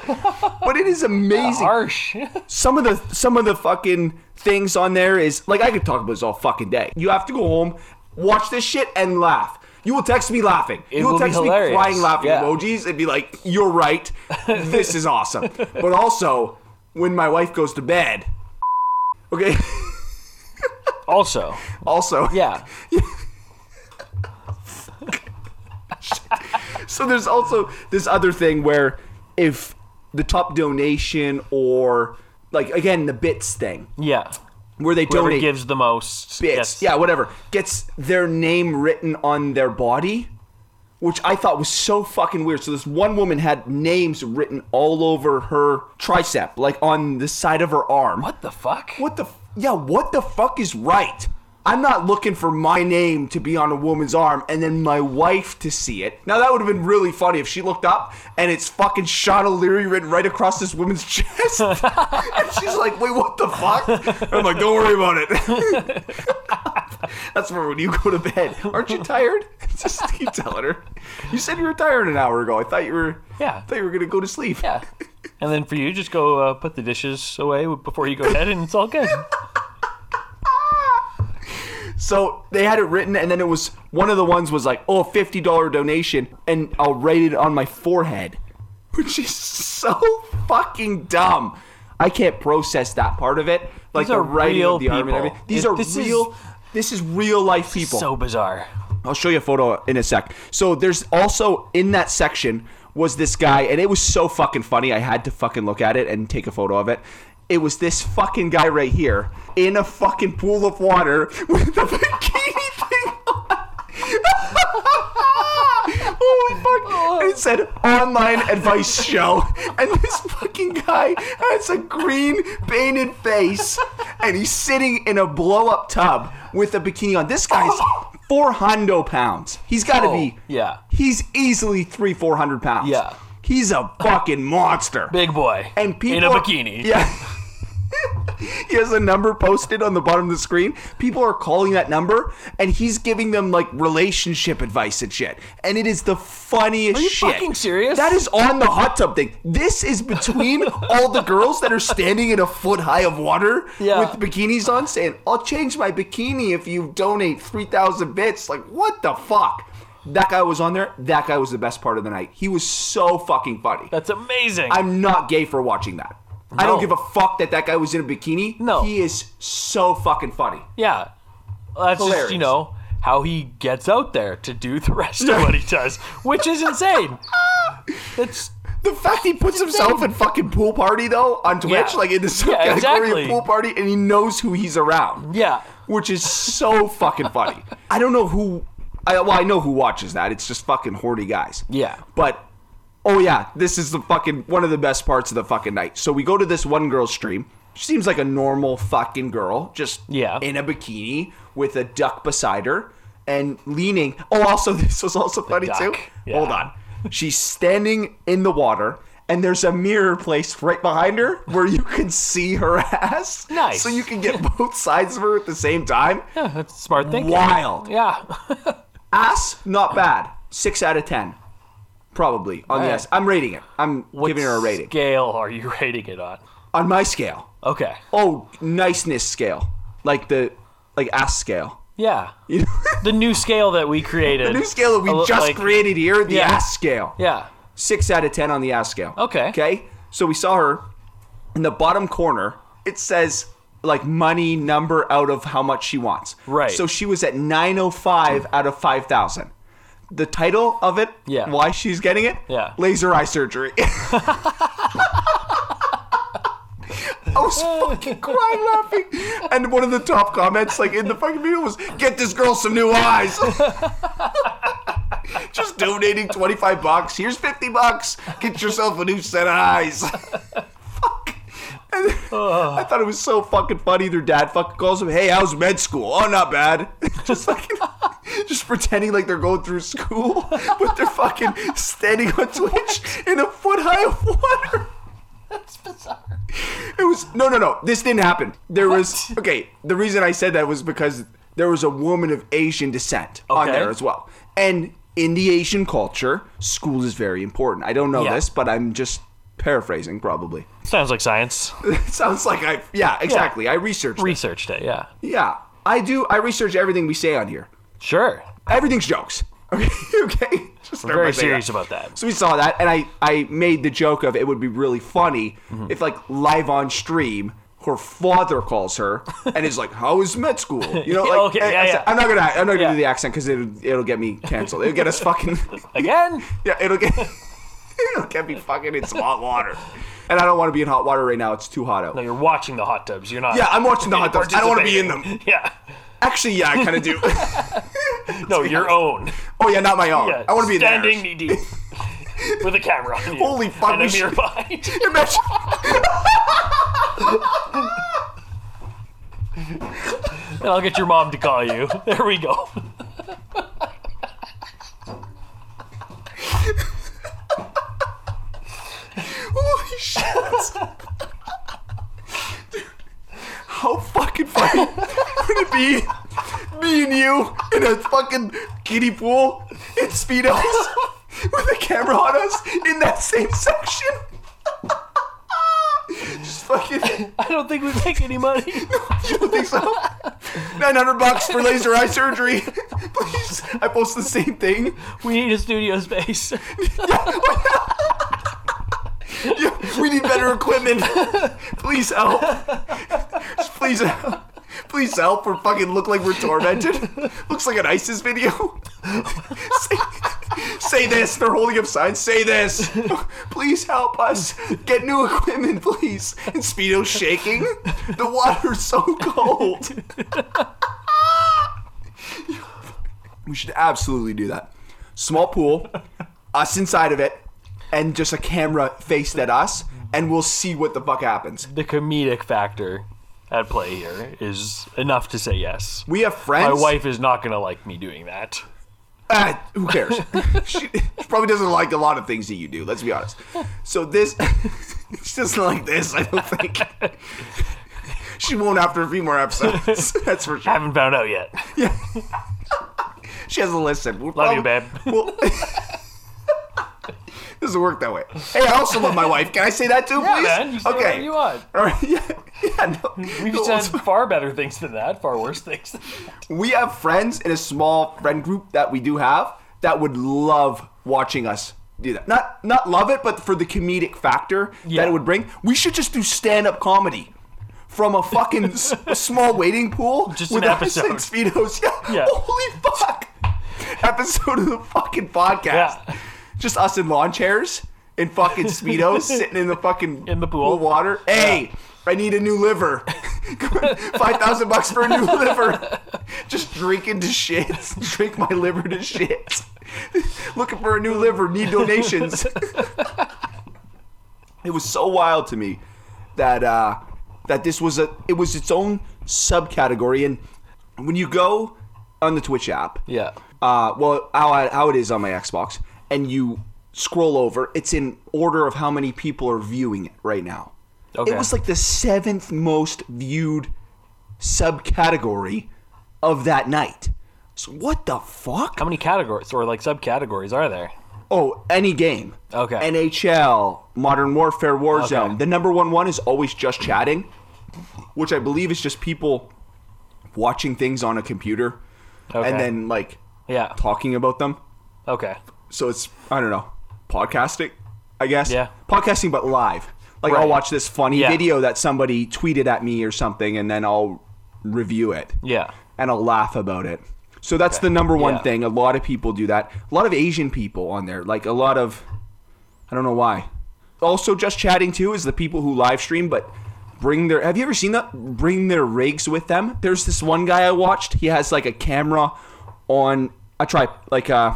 S6: But it is amazing
S5: Harsh.
S6: some of the some of the fucking things on there is like I could talk about this all fucking day. You have to go home, watch this shit, and laugh. You will text me laughing.
S5: It
S6: you will,
S5: will be
S6: text me
S5: hilarious.
S6: crying laughing
S5: Yeah.
S6: emojis and be like, "You're right. this is awesome." But also, when my wife goes to bed, okay.
S5: also,
S6: also,
S5: yeah.
S6: So there's also this other thing where if the top donation or like again the bits thing
S5: Yeah.
S6: where they
S5: Whoever
S6: donate
S5: gives the most
S6: bits,
S5: gets-
S6: yeah, whatever, gets their name written on their body, which I thought was so fucking weird. So this one woman had names written all over her tricep, like on the side of her arm.
S5: What the fuck?
S6: What the? f- Yeah, what the fuck is right? I'm not looking for my name to be on a woman's arm and then my wife to see it. Now that would have been really funny if she looked up and it's fucking Sean O'Leary written right across this woman's chest. and she's like, "Wait, what the fuck?" I'm like, "Don't worry about it." That's where when you go to bed, aren't you tired? Just keep telling her. You said you were tired an hour ago. I thought you were.
S5: Yeah.
S6: I thought you were gonna go to sleep.
S5: Yeah. And then for you, just go uh, put the dishes away before you go to bed, and it's all good.
S6: So they had it written, and then it was one of the ones was like, "Oh, fifty dollar donation," and I'll write it on my forehead, which is so fucking dumb. I can't process that part of it. Like
S5: These are
S6: the writing
S5: real
S6: of the arm and
S5: people.
S6: everything. These
S5: It-
S6: are
S5: this is-
S6: real. this is real life people.
S5: So bizarre.
S6: I'll show you a photo in a sec. So there's also in that section was this guy, and it was so fucking funny. I had to fucking look at it and take a photo of it. It was this fucking guy right here in a fucking pool of water with the bikini thing on. Holy Oh,
S5: Oh.
S6: fuck! And it said online advice show, and this fucking guy has a green painted face, and he's sitting in a blow up tub with a bikini on. This guy's four hundo pounds. He's got to
S5: Oh,
S6: be.
S5: yeah.
S6: He's easily three four hundred pounds.
S5: Yeah.
S6: He's a fucking monster.
S5: Big boy.
S6: and people
S5: in a bikini.
S6: Yeah. He has a number posted on the bottom of the screen. People are calling that number, and he's giving them like relationship advice and shit. And it is the funniest
S5: Are you
S6: shit.
S5: fucking serious?
S6: That is on the hot tub thing. This is between all the girls that are standing in a foot high of water
S5: Yeah.
S6: with bikinis on, saying, "I'll change my bikini if you donate three thousand bits." Like, what the fuck? That guy was on there. That guy was the best part of the night. He was so fucking funny.
S5: That's amazing.
S6: I'm not gay for watching that. I don't
S5: No.
S6: give a fuck that that guy was in a bikini.
S5: No.
S6: He is so fucking funny.
S5: yeah. That's just, you
S6: Hilarious.
S5: know, how he gets out there to do the rest of what he does, which is insane. It's
S6: The fact he puts himself in fucking pool party though on Twitch,
S5: Yeah.
S6: like in this
S5: Yeah,
S6: category
S5: exactly.
S6: of pool party, and he knows who he's around.
S5: Yeah.
S6: Which is so fucking funny. I don't know who I well, I know who watches that. It's just fucking horny guys.
S5: Yeah.
S6: But oh yeah, this is the fucking one of the best parts of the fucking night. So we go to this one girl stream. She seems like a normal fucking girl, just
S5: Yeah.
S6: in a bikini with a duck beside her and leaning. Oh, also this was also funny
S5: duck,
S6: too.
S5: yeah.
S6: Hold on. She's standing in the water. And there's a mirror placed right behind her where you can see her ass.
S5: Nice.
S6: So you can get both sides of her at the same time.
S5: yeah, that's smart thinking.
S6: Wild.
S5: Yeah.
S6: Ass, not bad. Six out of ten, probably on the
S5: Alright.
S6: ass. I'm rating it. I'm
S5: What
S6: giving her a rating
S5: scale are you rating it on?
S6: on my scale.
S5: Okay.
S6: Oh, niceness scale, like the like ass scale.
S5: Yeah.
S6: You know,
S5: The new scale that we created.
S6: the new scale that we
S5: A li-
S6: just
S5: Oh, like-
S6: created here, the
S5: Yeah.
S6: ass scale.
S5: Yeah.
S6: Six out of ten on the ass scale.
S5: Okay.
S6: Okay. So we saw her in the bottom corner, it says like money number out of how much she wants.
S5: Right.
S6: So she was at 905 out of 5,000. The title of it,
S5: Yeah.
S6: why she's getting it,
S5: Yeah.
S6: laser eye surgery. I was fucking crying laughing. And one of the top comments, like in the fucking video, was get this girl some new eyes. Just donating 25 bucks. Here's 50 bucks. Get yourself a new set of eyes. Fuck. And I thought it was so fucking funny. Their dad fucking calls him, "Hey, how's med school? Oh, not bad." just fucking, just pretending like they're going through school, but they're fucking standing on Twitch in a foot high of water. It was no, no, no. This didn't happen. There was okay. The reason I said that was because there was a woman of Asian descent on
S5: Okay.
S6: there as well, and in the Asian culture, school is very important. I don't know
S5: Yeah.
S6: this, but I'm just paraphrasing probably.
S5: Sounds like science.
S6: It sounds like I yeah exactly. I researched. it.
S5: Researched it, yeah.
S6: Yeah, I do. I research everything we say on here.
S5: Sure.
S6: Everything's jokes. Okay, okay. Just start
S5: We're very
S6: by saying
S5: serious
S6: that.
S5: about that.
S6: So we saw that, and I I made the joke of it would be really funny
S5: Mm-hmm.
S6: if like live on stream. Her father calls her and is like, "How is med school?" You know, like
S5: Okay,
S6: I-
S5: yeah,
S6: I,
S5: yeah.
S6: am not gonna, I'm not gonna
S5: Yeah.
S6: do the accent because it'll, it'll get me canceled. It'll get us fucking,
S5: Again?
S6: yeah, it'll get, it'll get me fucking in some hot water, and I don't want to be in hot water right now. It's too hot out.
S5: No, you're watching the hot tubs. You're not.
S6: Yeah, I'm watching the hot dogs. I don't want to be in them.
S5: participating. Yeah.
S6: Actually, yeah, I kind of do.
S5: No, your own.
S6: Oh yeah, not my own.
S5: Yeah.
S6: I want to be
S5: standing
S6: in
S5: knee deep with a camera on you.
S6: Holy fuck,
S5: And a
S6: we
S5: mirror
S6: should-
S5: behind.
S6: there. Imagine.
S5: And I'll get your mom to call you. There we go.
S6: Holy shit. Dude, How fucking funny would it be? Me and you in a fucking kiddie pool in speedos with a camera on us in that same section. Just fucking.
S5: I don't think we make any money.
S6: You don't think so? 900 bucks for laser eye surgery. Please. I post the same thing.
S5: We need a studio space.
S6: We need better equipment. Please help. Please help. Please help. We're fucking look like we're tormented. Looks like an ISIS video. say, say this. They're holding up signs. Say this. Please help us. Get new equipment, please. And Speedo's shaking. The water's so cold. we should absolutely do that. Small pool, us inside of it, and just a camera faced at us, and we'll see what the fuck happens.
S5: The comedic factor at play here is enough to say yes.
S6: We have
S5: My
S6: friends.
S5: wife is not going to like me doing that.
S6: Ah, who cares? she, she probably doesn't like a lot of things that you do. Let's be honest. So this, she doesn't like this. I don't think. she won't after a few more episodes. That's for sure.
S5: Haven't found out yet.
S6: She hasn't listened. We're
S5: Love you,
S6: babe. doesn't work that way. Hey, I also love my wife. Can I say that too, please?
S5: man, you say
S6: okay.
S5: whatever you want.
S6: All right. Yeah. yeah no.
S5: We've
S6: No,
S5: said
S6: it's-
S5: far better things than that, far worse things. than that.
S6: we have friends in a small friend group that we do have that would love watching us do that. Not not love it, but for the comedic factor that
S5: Yeah.
S6: it would bring. We should just do stand up comedy from a fucking s- small wading pool
S5: Just
S6: with
S5: an
S6: us in
S5: episode.
S6: speedos. Yeah.
S5: Yeah.
S6: Holy fuck! episode of the fucking podcast.
S5: Yeah.
S6: Just us in lawn chairs in fucking speedos sitting in the fucking
S5: In the pool.
S6: water. Hey, I need a new liver. Five thousand bucks for a new liver. Just drinking to shit. Drink my liver to shit. Looking for a new liver. Need donations. it was so wild to me that uh, that this was a it was its own subcategory. And when you go on the Twitch app,
S5: Yeah.
S6: uh, well, how, I, how it is on my Xbox, and you scroll over, it's in order of how many people are viewing it right now.
S5: Okay.
S6: It was like the seventh most viewed subcategory of that night. So what the fuck?
S5: How many categories or like subcategories are there?
S6: Oh, any game.
S5: Okay.
S6: NHL, Modern Warfare, Warzone.
S5: Okay.
S6: The number one one is always just chatting, which I believe is just people watching things on a computer
S5: Okay.
S6: and then like
S5: Yeah.
S6: talking about them.
S5: Okay.
S6: so it's I don't know, podcasting, I guess.
S5: Yeah.
S6: Podcasting, but live. Like
S5: Right.
S6: I'll watch this funny
S5: Yeah.
S6: video that somebody tweeted at me or something, and then I'll review it
S5: Yeah.
S6: and I'll laugh about it. So that's the number one
S5: Yeah.
S6: thing. A lot of people do that. A lot of Asian people on there. Like a lot of, I don't know why. Also, just chatting too is the people who live stream, but bring their. Have you ever seen that? Bring their rigs with them. There's this one guy I watched. He has like a camera on a tri like uh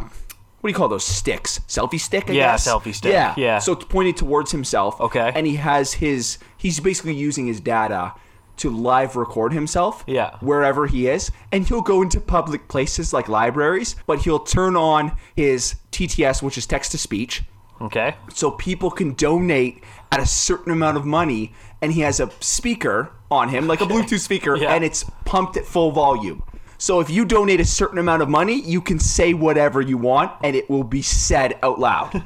S6: what do you call those sticks? Selfie stick. I
S5: Yeah,
S6: guess?
S5: selfie stick. Yeah.
S6: So it's pointed towards himself.
S5: Okay.
S6: And he has his. He's basically using his data to live record himself
S5: Yeah.
S6: wherever he is, and he'll go into public places like libraries, but he'll turn on his TTS, which is text to speech,
S5: Okay.
S6: so people can donate at a certain amount of money, and he has a speaker on him, like a Bluetooth speaker,
S5: Yeah.
S6: and it's pumped at full volume. So if you donate a certain amount of money, you can say whatever you want and it will be said out loud.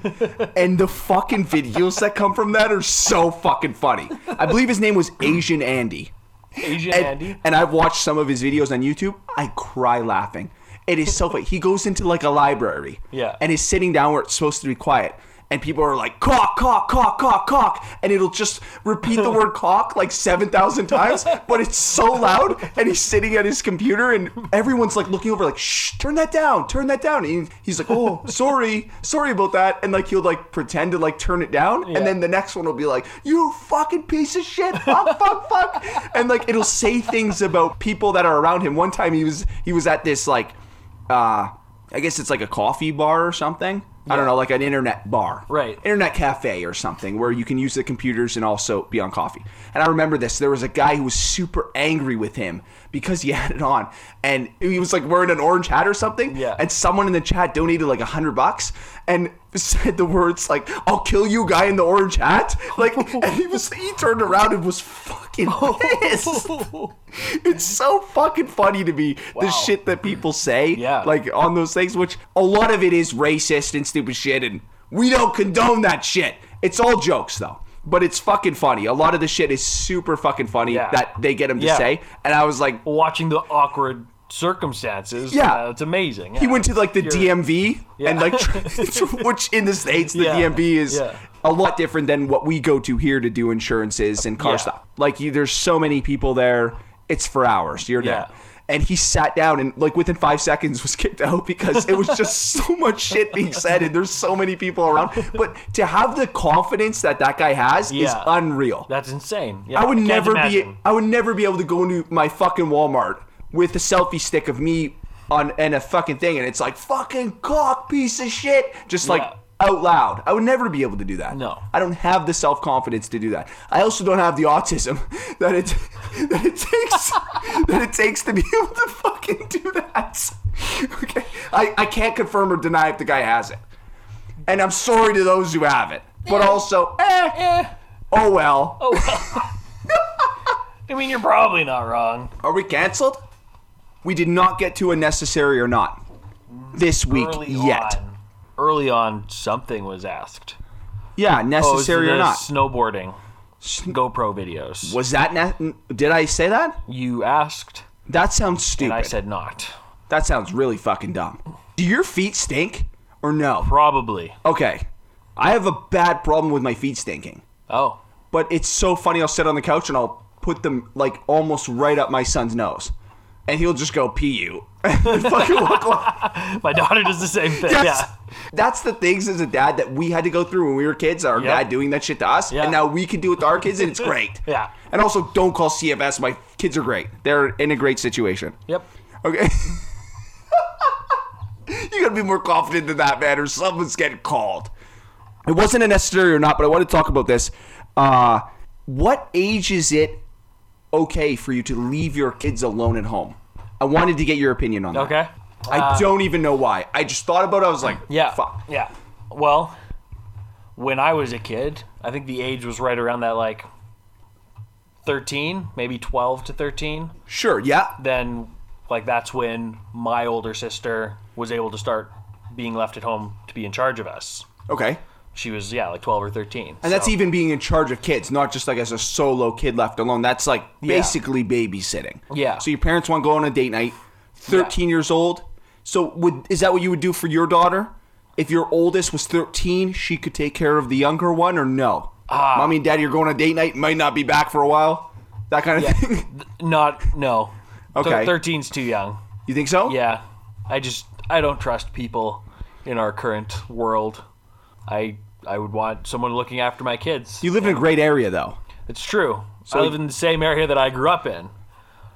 S6: and the fucking videos that come from that are so fucking funny. I believe his name was Asian Andy
S5: Asian
S6: and,
S5: Andy.
S6: and I've watched some of his videos on YouTube. I cry laughing. It is so funny. He goes into like a library.
S5: Yeah.
S6: And is sitting down where it's supposed to be quiet. And people are like, cock, cock, cock, cock, cock. And it'll just repeat the word cock like 7,000 times. But it's so loud. And he's sitting at his computer and everyone's like looking over, like, shh, turn that down, turn that down. And he- he's like, oh, sorry, sorry about that. And like, he'll like pretend to like turn it down.
S5: Yeah.
S6: And then the next one will be like, you fucking piece of shit. Fuck, fuck, fuck. And like, it'll say things about people that are around him. One time he was, he was at this like, uh, I guess it's like a coffee bar or something. I don't know, like an internet bar.
S5: Right.
S6: Internet cafe or something where you can use the computers and also be on coffee. And I remember this. There was a guy who was super angry with him because he had it on. And he was like wearing an orange hat or something.
S5: Yeah.
S6: And someone in the chat donated like a hundred bucks and said the words like, I'll kill you guy in the orange hat. Like and he was he turned around and was fucking pissed. it's so fucking funny to me the shit that people say
S5: Yeah.
S6: like on those things which a lot of it is racist and stupid shit and we don't condone that shit it's all jokes though but it's fucking funny a lot of the shit is super fucking funny
S5: Yeah.
S6: that they get him to
S5: Yeah.
S6: say and i was like
S5: Watching the awkward circumstances.
S6: Yeah.
S5: uh, it's amazing.
S6: he went to like the
S5: You're-
S6: DMV
S5: Yeah.
S6: and like which in the states the
S5: Yeah.
S6: DMV is
S5: Yeah.
S6: a lot different than what we go to here to do insurances and car
S5: Yeah.
S6: stuff. Like you, there's so many people there. It's for hours. You're there.
S5: Yeah.
S6: And he sat down and like within five seconds was kicked out because it was just so much shit being said and there's so many people around. But to have the confidence that that guy has is
S5: Yeah.
S6: unreal.
S5: That's insane. Yeah,
S6: I would
S5: can't
S6: never be
S5: imagine.
S6: I would never be able to go into my fucking Walmart with a selfie stick of me on and a fucking thing and it's like fucking cock piece of shit just like
S5: Yeah.
S6: out loud. I would never be able to do that.
S5: No.
S6: I don't have the self-confidence to do that. I also don't have the autism that it that it takes that it takes to be able to fucking do that. Okay. I, I can't confirm or deny if the guy has it. And I'm sorry to those who have it. But also, eh, oh well.
S5: I mean, you're probably not wrong.
S6: Are we canceled? We did not get to a necessary or not this week
S5: Early
S6: yet.
S5: on, early on, something was asked.
S6: Yeah,
S5: Oh, is
S6: necessary
S5: the
S6: or not.
S5: Snowboarding, GoPro videos.
S6: Was that ne- did I say that?
S5: You asked,
S6: That sounds stupid.
S5: and I said not.
S6: that sounds really fucking dumb. Do your feet stink or no?
S5: Probably.
S6: Okay. I have a bad problem with my feet stinking.
S5: Oh,
S6: But it's so funny I'll sit on the couch and I'll put them like almost right up my son's nose. And he'll just go pee you. and fucking walk away.
S5: my daughter does the same thing.
S6: Yes. That's the things as a dad that we had to go through when we were kids. Our
S5: Yeah.
S6: dad doing that shit to us,
S5: Yeah.
S6: and now we can do it to our kids, and it's great.
S5: Yeah.
S6: And also, don't call CFS. My kids are great. They're in a great situation.
S5: Yeah. Yep.
S6: Okay. you gotta be more confident than that, man, or someone's getting called. It wasn't a necessary or not, but I want to talk about this. Uh, what age is it okay for you to leave your kids alone at home? I wanted to get your opinion on that.
S5: Okay.
S6: I don't even know why. I just thought about it. I was like,
S5: Uh, Yeah.
S6: fuck.
S5: Yeah. Well, when I was a kid, I think the age was right around that like 13, maybe 12 to 13.
S6: Sure, yeah.
S5: Then like that's when my older sister was able to start being left at home to be in charge of us.
S6: Okay.
S5: She was yeah, like 12 or 13.
S6: And that's e- even being in charge of kids, not just like as a solo kid left alone. That's like basically babysitting.
S5: Yeah.
S6: So your parents want to go on a date night, 13 years old. So would is that what you would do for your daughter? If your oldest was 13, she could take care of the younger one or no?
S5: Ah.
S6: Mommy and daddy are going on date night, might not be back for a while. That kind of thing.
S5: Not no. Thir-
S6: Okay.
S5: 13's too young.
S6: You think so?
S5: Yeah. I just I don't trust people in our current world. I I would want someone looking after my kids.
S6: You live in a great area though,
S5: it's true. I live in the same area that I grew up in.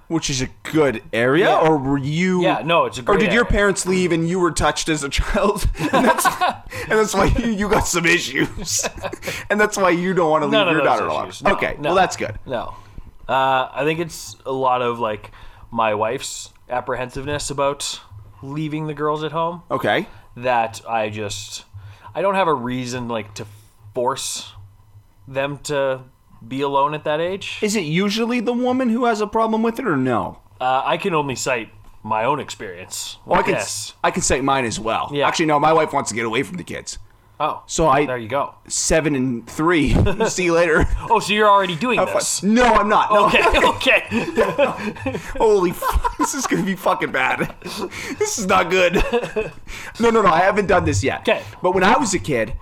S6: which is a good area. Or were you?
S5: Yeah, no, it's a
S6: Or
S5: great
S6: did your
S5: area.
S6: parents leave and you were touched as a child, and that's, and that's why you, you got some issues, and that's why you don't want to leave
S5: None of
S6: your
S5: those
S6: daughter alone.
S5: issues. No,
S6: okay,
S5: no.
S6: well that's good.
S5: No. Uh, I think it's a lot of like my wife's apprehensiveness about leaving the girls at home
S6: Okay,
S5: that I just I don't have a reason like to force them to be alone at that age.
S6: is it usually the woman who has a problem with it, or no?
S5: Uh, I can only cite my own experience.
S6: Well, I can
S5: Yes.
S6: I can say mine as well.
S5: Yeah.
S6: Actually, no, my wife wants to get away from the kids.
S5: Oh,
S6: So I
S5: there you go.
S6: seven and three. See you later.
S5: Oh, so you're already doing this?
S6: No, I'm not. No.
S5: Okay, okay.
S6: Holy fuck, this is gonna be fucking bad. This is not good. No, no, no, I haven't done this yet.
S5: 'Kay.
S6: But when I was a kid,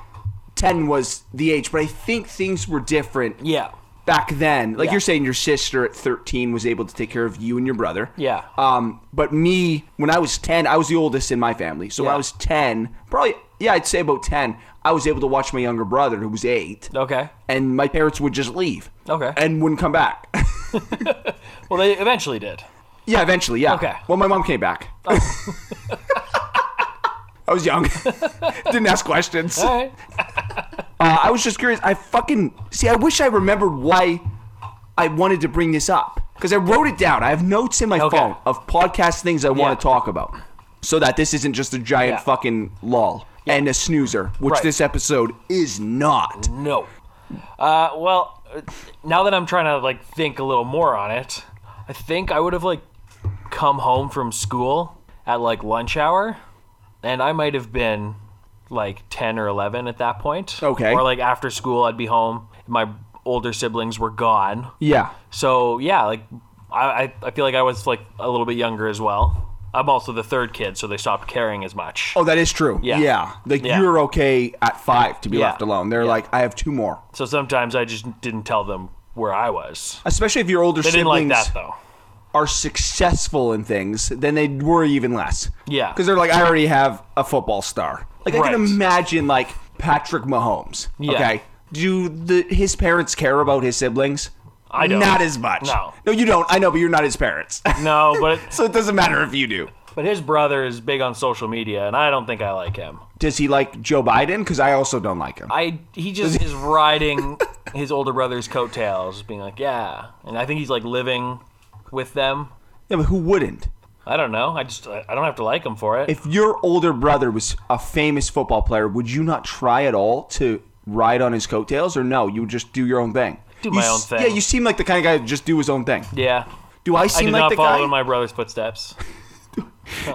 S6: 10 was the age, but I think things were different
S5: Yeah.
S6: back then. Like
S5: Yeah.
S6: you're saying, your sister at 13 was able to take care of you and your brother.
S5: Yeah.
S6: Um, but me, when I was 10, I was the oldest in my family. So when
S5: Yeah.
S6: I was 10, probably, yeah, I'd say about 10, I was able to watch my younger brother who was eight.
S5: Okay.
S6: And my parents would just leave.
S5: Okay.
S6: And wouldn't come back.
S5: Well, they eventually did.
S6: Yeah, eventually, yeah.
S5: Okay. Oh.
S6: Well, my mom came back. I was young. Didn't ask questions.
S5: All right.
S6: Uh, I was just curious. I fucking. See, I wish I remembered why I wanted to bring this up. Because I wrote it down. I have notes in my
S5: Okay.
S6: phone of podcast things I want
S5: Yeah.
S6: to talk about. So that this isn't just a giant
S5: Yeah.
S6: fucking lull and a snoozer, which
S5: Right.
S6: this episode is not.
S5: No. Uh, well, uh, now that I'm trying to like think a little more on it, I think I would have like come home from school at like lunch hour, and I might have been like 10 or 11 at that point.
S6: Okay.
S5: Or like after school, I'd be home. My older siblings were gone.
S6: Yeah.
S5: So yeah, like I, I, I feel like I was like a little bit younger as well. I'm also the third kid, so they stopped caring as much.
S6: Oh, that is true.
S5: Yeah.
S6: Like,
S5: Yeah.
S6: you're okay at five to be
S5: Yeah.
S6: left alone. They're
S5: Yeah.
S6: like, I have two more.
S5: So sometimes I just didn't tell them where I was.
S6: Especially if your older
S5: They didn't
S6: siblings.
S5: like that though.
S6: are successful in things, then they worry even less.
S5: Yeah.
S6: Because they're like, I already have a football star. Like I
S5: Right.
S6: can imagine like Patrick Mahomes.
S5: Yeah.
S6: Okay. Do the his parents care about his siblings?
S5: I don't.
S6: Not as much.
S5: No.
S6: No, you don't. I know, but you're not his parents.
S5: No, but
S6: so it doesn't matter if you do.
S5: but his brother is big on social media, and I don't think I like him.
S6: Does he like Joe Biden? Because I also don't like him.
S5: I he just is riding his older brother's coattails, being like, yeah, and I think he's like living with them.
S6: yeah, but who wouldn't?
S5: I don't know. I just I I don't have to like him for it.
S6: If your older brother was a famous football player, would you not try at all to ride on his coattails, or no? You would just do your own thing.
S5: Do
S6: You
S5: my
S6: s-
S5: own thing.
S6: Yeah, you seem like the kind of guy to just do his own thing.
S5: yeah,
S6: Do I
S5: I
S6: seem
S5: did
S6: like
S5: not
S6: the
S5: follow
S6: guy?
S5: in my brother's footsteps.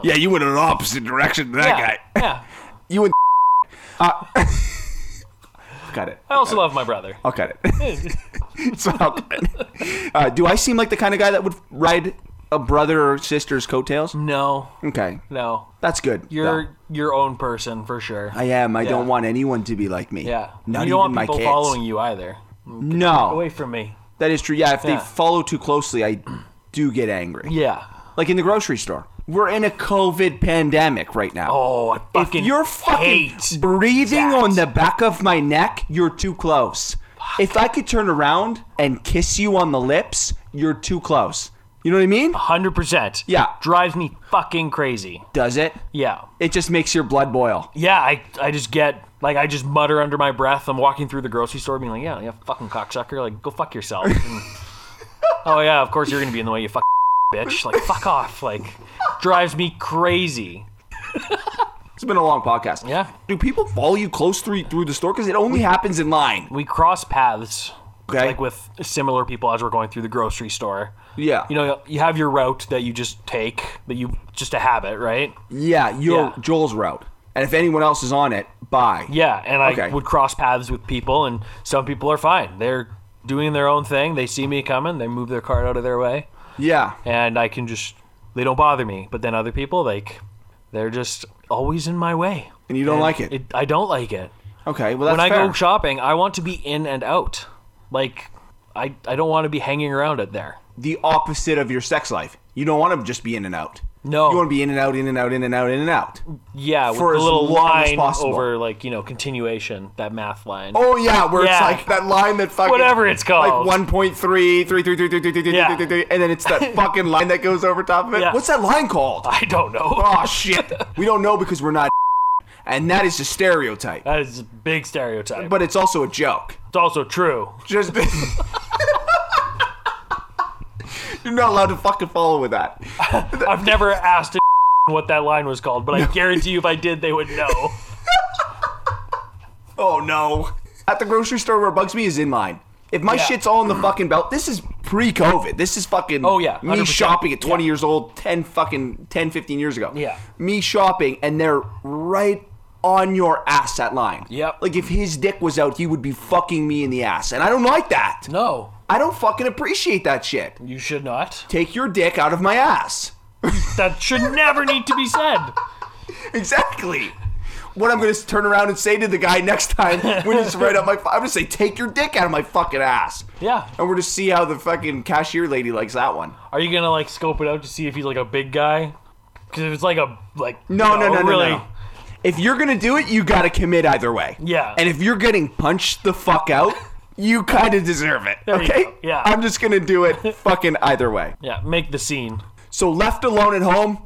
S7: Yeah, you went in an opposite direction to that
S5: yeah,
S7: guy.
S5: yeah.
S6: you and uh, got it.
S5: I also love my brother.
S6: I'll cut it. it's all good. Uh, do I seem like the kind of guy that would ride a brother or sister's coattails?
S5: No,
S6: Okay,
S5: no.
S6: that's good.
S5: Mm. You're
S6: though.
S5: your own person for sure.
S6: I am. I
S5: Yeah.
S6: don't want anyone to be like me.
S5: yeah.
S6: Not
S5: you don't
S6: even
S5: want people
S6: my kids.
S5: following you either.
S6: No.
S5: Away from me.
S6: That is true. Yeah, if
S5: Yeah.
S6: they follow too closely, I do get angry.
S5: Yeah.
S6: Like in the grocery store. We're in a COVID pandemic right now.
S5: Oh, I fucking
S6: if you're fucking
S5: hate
S6: breathing
S5: that.
S6: on the back of my neck, you're too close. If I could turn around and kiss you on the lips, you're too close. You know what I mean?
S5: hundred percent.
S6: Yeah.
S5: drives me fucking crazy.
S6: Does it?
S5: Yeah,
S6: It just makes your blood boil.
S5: yeah. I I just get like I just mutter under my breath. I'm walking through the grocery store, being like, yeah, yeah, fucking cocksucker. Like, go fuck yourself. And, oh yeah, of course you're gonna be in the way. You fucking bitch. Like, fuck off. Like, drives me crazy.
S6: It's been a long podcast.
S5: Yeah.
S6: Do people follow you close through through the store? Because it only happens in line.
S5: We cross paths.
S6: Okay.
S5: Like with similar people as we're going through the grocery store.
S6: Yeah.
S5: You know, you have your route that you just take, that you just a habit, right?
S6: Yeah, your
S5: Yeah.
S6: Joel's route. And if anyone else is on it, bye.
S5: Yeah, and I
S6: Okay.
S5: would cross paths with people, and some people are fine. They're doing their own thing. They see me coming, they move their cart out of their way,
S6: Yeah.
S5: and I can just they don't bother me. But then other people, like, they're just always in my way.
S6: And you don't like it.
S5: It, I don't like it.
S6: Okay, well that's
S5: when I
S6: fair.
S5: go shopping, I want to be in and out. Like, I, I don't want to be hanging around at there.
S6: the opposite of your sex life. You don't want to just be in and out.
S5: No.
S6: You want to be in and out, in and out, in and out, in and out.
S5: Yeah, with
S6: For
S5: the
S6: as
S5: little
S6: long as
S5: line
S6: possible.
S5: over, like, you know, continuation, that math line.
S8: Oh yeah, where
S5: Yeah.
S8: it's like that line that fucking
S5: Whatever it's called.
S8: like 1.3, 3, 3, 3, 3, 3, 3, 3, 3,
S5: Yeah.
S8: 3, 3, and then it's that fucking line that goes over top of it.
S5: Yeah.
S6: What's that line called?
S5: I don't know.
S6: Oh shit. we don't know because we're not and that is a stereotype.
S5: That is a big stereotype. But
S6: But it's also a joke.
S5: it's also true.
S8: Just you're not allowed to fucking follow with that.
S5: I've never asked what that line was called, but I guarantee you if I did, they would know.
S8: Oh no.
S6: At the grocery store where Bugs Me is in line. If my
S5: Yeah.
S6: shit's all in the fucking belt, this is pre-COVID. This is fucking
S5: Oh, yeah,
S6: me
S5: 100%.
S6: shopping at 20
S5: Yeah.
S6: years old, 10 fucking 10 15 years ago.
S5: Yeah.
S6: Me shopping and they're right on your ass that line.
S5: Yep.
S6: Like if his dick was out, he would be fucking me in the ass and I don't like that.
S5: No,
S6: I don't fucking appreciate that shit.
S5: you should not.
S6: Take your dick out of my ass.
S5: That should never need to be said.
S6: Exactly. What I'm gonna turn around and say to the guy next time when he's right up my, I'm gonna say, take your dick out of my fucking ass.
S5: Yeah.
S6: And we're gonna see how the fucking cashier lady likes that one.
S5: Are you gonna like scope it out to see if he's like a big guy? Because if it's like a like
S6: No,
S5: you
S6: no,
S5: know,
S6: no, no,
S5: really,
S6: no, no. If you're gonna do it, you gotta commit either way.
S5: Yeah.
S6: And if you're getting punched the fuck out, you kind of deserve it.
S5: There you
S6: okay.
S5: go. Yeah.
S6: I'm just gonna do it fucking either way.
S5: yeah, make the scene.
S6: So left alone at home,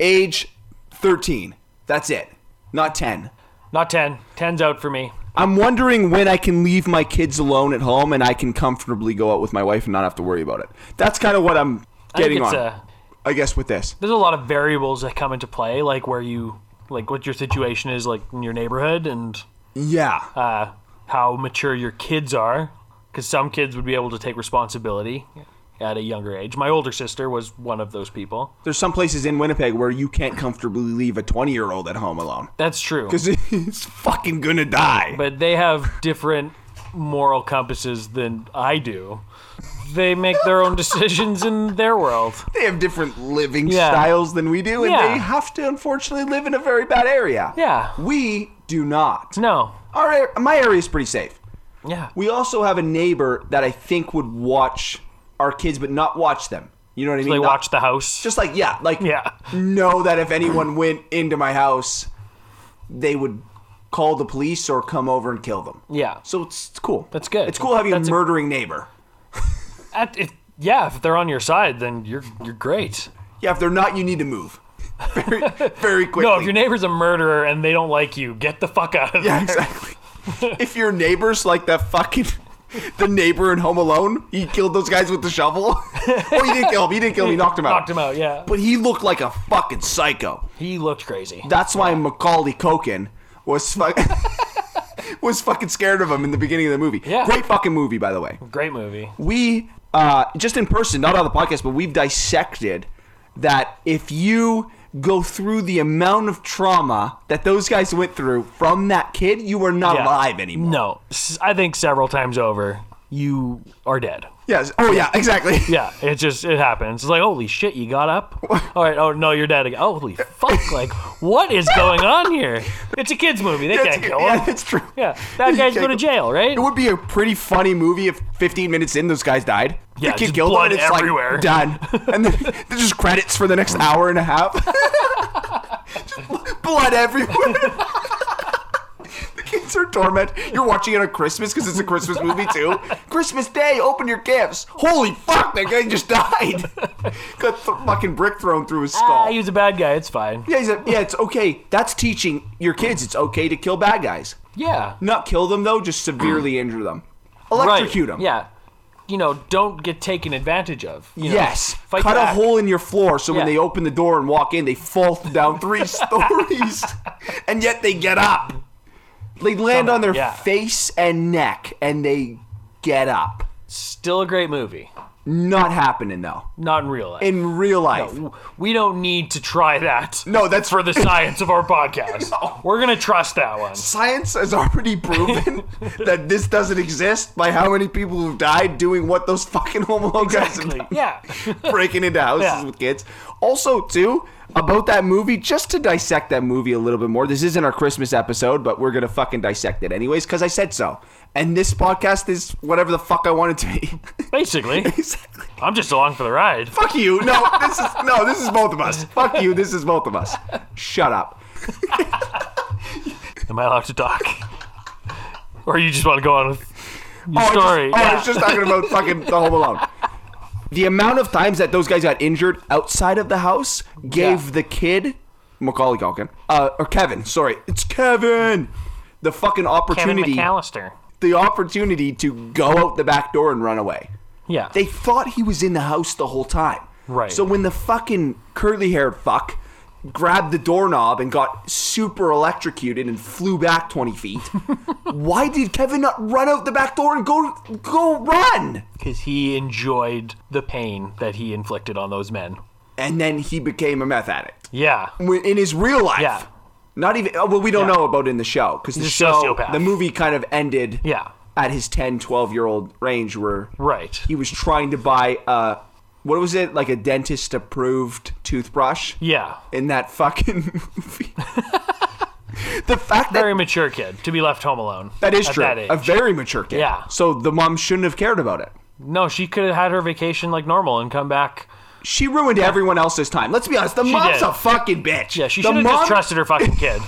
S6: age 13. That's it. Not 10.
S5: Not ten. Ten's out for me.
S6: I'm wondering when I can leave my kids alone at home and I can comfortably go out with my wife and not have to worry about it. That's kind of what I'm
S5: I think
S6: getting
S5: it's
S6: on.
S5: a
S6: I guess with this.
S5: there's a lot of variables that come into play, like where you like what your situation is like in your neighborhood and
S6: Yeah.
S5: uh, how mature your kids are, because some kids would be able to take responsibility at a younger age. My older sister was one of those people.
S6: There's some places in Winnipeg where you can't comfortably leave a 20 year old at home alone
S5: That's true.
S6: because he's fucking gonna die.
S5: But they have different moral compasses than I do. They make their own decisions in their world.
S6: they have different living
S5: Yeah.
S6: styles than we do, and
S5: Yeah.
S6: they have to unfortunately live in a very bad area.
S5: Yeah.
S6: We do not.
S5: No.
S6: Our ar- my area is pretty safe.
S5: Yeah.
S6: We also have a neighbor that I think would watch our kids, but not watch them. You know what I mean?
S5: they
S6: Not-
S5: watch the house.
S6: Just like yeah, like
S5: Yeah.
S6: know that if anyone went into my house, they would call the police or come over and kill them.
S5: yeah.
S6: So it's, it's cool.
S5: That's good.
S6: It's cool having
S5: That's
S6: a
S5: a-
S6: murdering neighbor.
S5: At, if, yeah, if they're on your side, then you're you're great.
S6: Yeah, if they're not, you need to move. Very, very quickly.
S5: No, if your neighbor's a murderer and they don't like you, get the fuck out of
S6: Yeah,
S5: there.
S6: exactly. if your neighbor's like that fucking the neighbor in Home Alone, he killed those guys with the shovel. oh, he didn't kill him. He didn't kill him. He knocked him out.
S5: Knocked him out, yeah.
S6: But he looked like a fucking psycho.
S5: He looked crazy.
S6: That's why Macaulay Culkin was fuck was fucking scared of him in the beginning of the movie.
S5: Yeah.
S6: Great fucking movie, by the way.
S5: Great movie.
S6: we uh, just in person, not on the podcast, but we've dissected that if you go through the amount of trauma that those guys went through from that kid, you are not
S5: Yeah.
S6: alive anymore.
S5: No, S- I think several times over, you are dead.
S6: Yes. Oh yeah. Exactly.
S5: Yeah, it just it happens. It's like holy shit, you got up. All right, oh no, you're dead again. Oh, holy fuck! Like what is going on here? It's a kids movie. They
S6: That's-
S5: can't kill
S6: yeah,
S5: him.
S6: that's true.
S5: Yeah, that
S6: You
S5: guy's go to
S6: can't kill-
S5: jail, right?
S6: It would be a pretty funny movie if 15 minutes in those guys died.
S5: Yeah,
S6: the kid
S5: just
S6: killed
S5: blood
S6: them, and it's
S5: everywhere.
S6: like done, and then there's just credits for the next hour and a half. Just bl- blood everywhere. the kids are torment. You're watching it on Christmas because it's a Christmas movie too. Christmas Day, open your gifts. Holy fuck, that guy just died. Got th- fucking brick thrown through his skull.
S5: Ah, he was a bad guy. It's fine.
S6: yeah, he's a, yeah, it's okay. That's teaching your kids it's okay to kill bad guys.
S5: Yeah,
S6: Not kill them though, just severely injure them. Electrocute them.
S5: Yeah, you know, don't get taken advantage of. you know.
S6: Yes.
S5: Fight
S6: Cut
S5: back.
S6: a hole in your floor so when
S5: Yeah.
S6: they open the door and walk in, they fall down three stories, and yet they get up. They land on their
S5: yeah.
S6: face and neck, and they get up.
S5: Still a great movie.
S6: Not happening though.
S5: Not in real life.
S6: In real life.
S5: we don't need to try that.
S6: No, that's-
S5: for the science of our podcast. We're gonna trust that one.
S6: Science has already proven that this doesn't exist by how many people who've died doing what those fucking home alone guys
S5: Exactly.
S6: have done.
S5: Yeah.
S6: breaking into houses
S5: Yeah.
S6: with kids. Also, too, about that movie, just to dissect that movie a little bit more. This isn't our Christmas episode, but we're gonna fucking dissect it anyways, because I said so. And this podcast is whatever the fuck I want it to be.
S5: Basically,
S6: exactly.
S5: I'm just along for the ride.
S6: Fuck you. No, this is no, this is both of us. Fuck you, this is both of us. Shut up.
S5: Am I allowed to talk? or you just want to go on with your
S6: Oh, I just-
S5: story?
S6: oh, I
S5: yeah.
S6: was just talking about fucking the Home Alone. The amount of times that those guys got injured outside of the house gave
S5: Yeah.
S6: the kid Macaulay Culkin, uh, or Kevin, sorry, it's Kevin, the fucking
S5: Kevin
S6: opportunity,
S5: McAllister.
S6: the opportunity to go out the back door and run away.
S5: Yeah.
S6: They thought he was in the house the whole time.
S5: Right.
S6: So when the fucking curly-haired fuck grabbed the doorknob and got super electrocuted and flew back 20 feet, why did Kevin not run out the back door and go go run?
S5: Because he enjoyed the pain that he inflicted on those men.
S6: And then he became a meth addict
S5: Yeah.
S6: When- in his real life.
S5: Yeah.
S6: Not even oh, well we don't
S5: Yeah.
S6: know about in the show cuz the
S5: He's a
S6: show
S5: sociopath.
S6: the movie kind of ended
S5: Yeah.
S6: at his 10 12 year old range where
S5: Right.
S6: he was trying to buy uh what was it like a dentist approved toothbrush
S5: Yeah.
S6: in that fucking movie. the fact
S5: Very
S6: that
S5: mature kid to be left home alone.
S6: that is
S5: at
S6: true.
S5: That age.
S6: A very mature kid.
S5: Yeah.
S6: So the mom shouldn't have cared about it.
S5: no, she could have had her vacation like normal and come back.
S6: She ruined everyone else's time. Let's be honest. The mom's
S5: did.
S6: a fucking bitch.
S5: Yeah, she
S6: the
S5: should have
S6: mom-
S5: just trusted her fucking kid.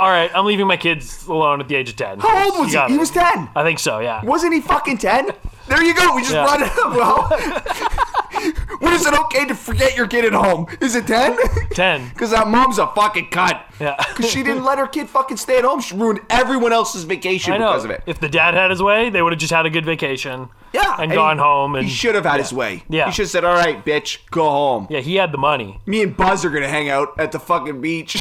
S5: All right, I'm leaving my kids alone at the age of 10.
S6: How old was
S5: You
S6: he?
S5: got
S6: He
S5: it.
S6: was ten.
S5: I think so, yeah.
S6: Wasn't he fucking ten? There you go. We just
S5: Yeah.
S6: brought it up. Well, when is it okay to forget your kid at home? Is it ten?
S5: 10.
S6: Because that mom's a fucking cunt.
S5: Yeah.
S6: Because she didn't let her kid fucking stay at home. She ruined everyone else's vacation
S5: I know.
S6: because of it.
S5: If the dad had his way, they would have just had a good vacation.
S6: Yeah,
S5: And gone
S6: he-
S5: home and
S6: he should have had his way.
S5: Yeah.
S6: he should have said, "All right, bitch, go home."
S5: Yeah, he had the money.
S6: Me and Buzz are gonna hang out at the fucking beach.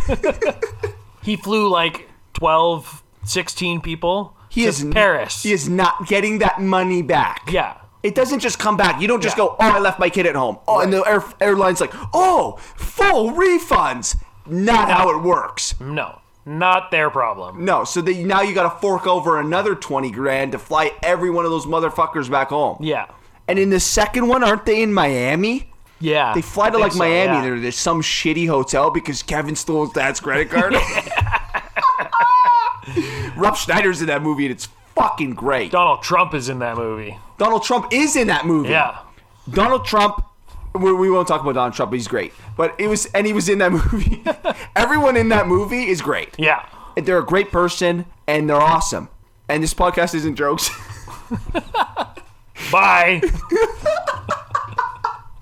S5: He flew like 12, 16 people
S6: he
S5: to
S6: is
S5: Paris.
S6: He is not getting that money back.
S5: yeah.
S6: It doesn't just come back. You don't just
S5: Yeah.
S6: go, "Oh, I left my kid at home." Oh, and the air, airline's like, "Oh, full refunds." Not how it works.
S5: No. Not their problem.
S6: No, so that now you got to fork over another twenty grand to fly every one of those motherfuckers back home.
S5: Yeah.
S6: And in the second one, aren't they in Miami?
S5: Yeah.
S6: They fly to
S5: I
S6: like
S5: think so,
S6: Miami.
S5: yeah.
S6: They're, there's some shitty hotel because Kevin stole his dad's credit card. Rob Schneider's in that movie and it's fucking great.
S5: Donald Trump is in that movie.
S6: Donald Trump is in that movie.
S5: Yeah.
S6: Donald Trump. We, we won't talk about Donald Trump. But he's great. But it was, and he was in that movie. Everyone in that movie is great.
S5: Yeah.
S6: They're a great person and they're awesome. And this podcast isn't jokes.
S5: Bye.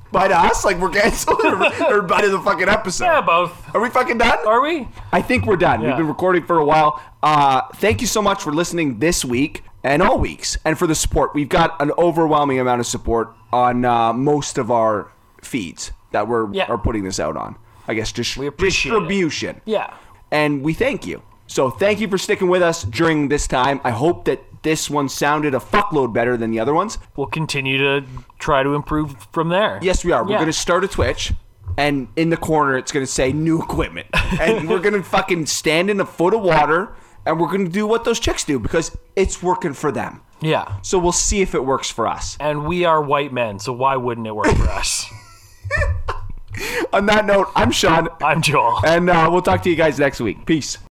S6: By to us, like we're canceled, or, or by to the fucking episode.
S5: yeah, both.
S6: Are we fucking done?
S5: Are we?
S6: I think we're done. We've
S5: Yeah.
S6: been recording for a while. Uh, thank you so much for listening this week and all weeks, and for the support. We've got an overwhelming amount of support on uh, most of our feeds that we're
S5: Yeah.
S6: are putting this out on. I guess just
S5: appreciate it.
S6: distribution.
S5: Yeah.
S6: and we thank you. So thank you for sticking with us during this time. I hope that this one sounded a fuckload better than the other ones.
S5: We'll continue to try to improve from there.
S6: Yes, we are. We're
S5: Yeah.
S6: going to start a Twitch, and in the corner, it's going to say new equipment. and we're going to fucking stand in a foot of water, and we're going to do what those chicks do because it's working for them.
S5: Yeah.
S6: So we'll see if it works for us.
S5: And we are white men, so why wouldn't it work for us?
S6: On that note, I'm Sean,
S5: I'm Joel.
S6: and uh, we'll talk to you guys next week. Peace.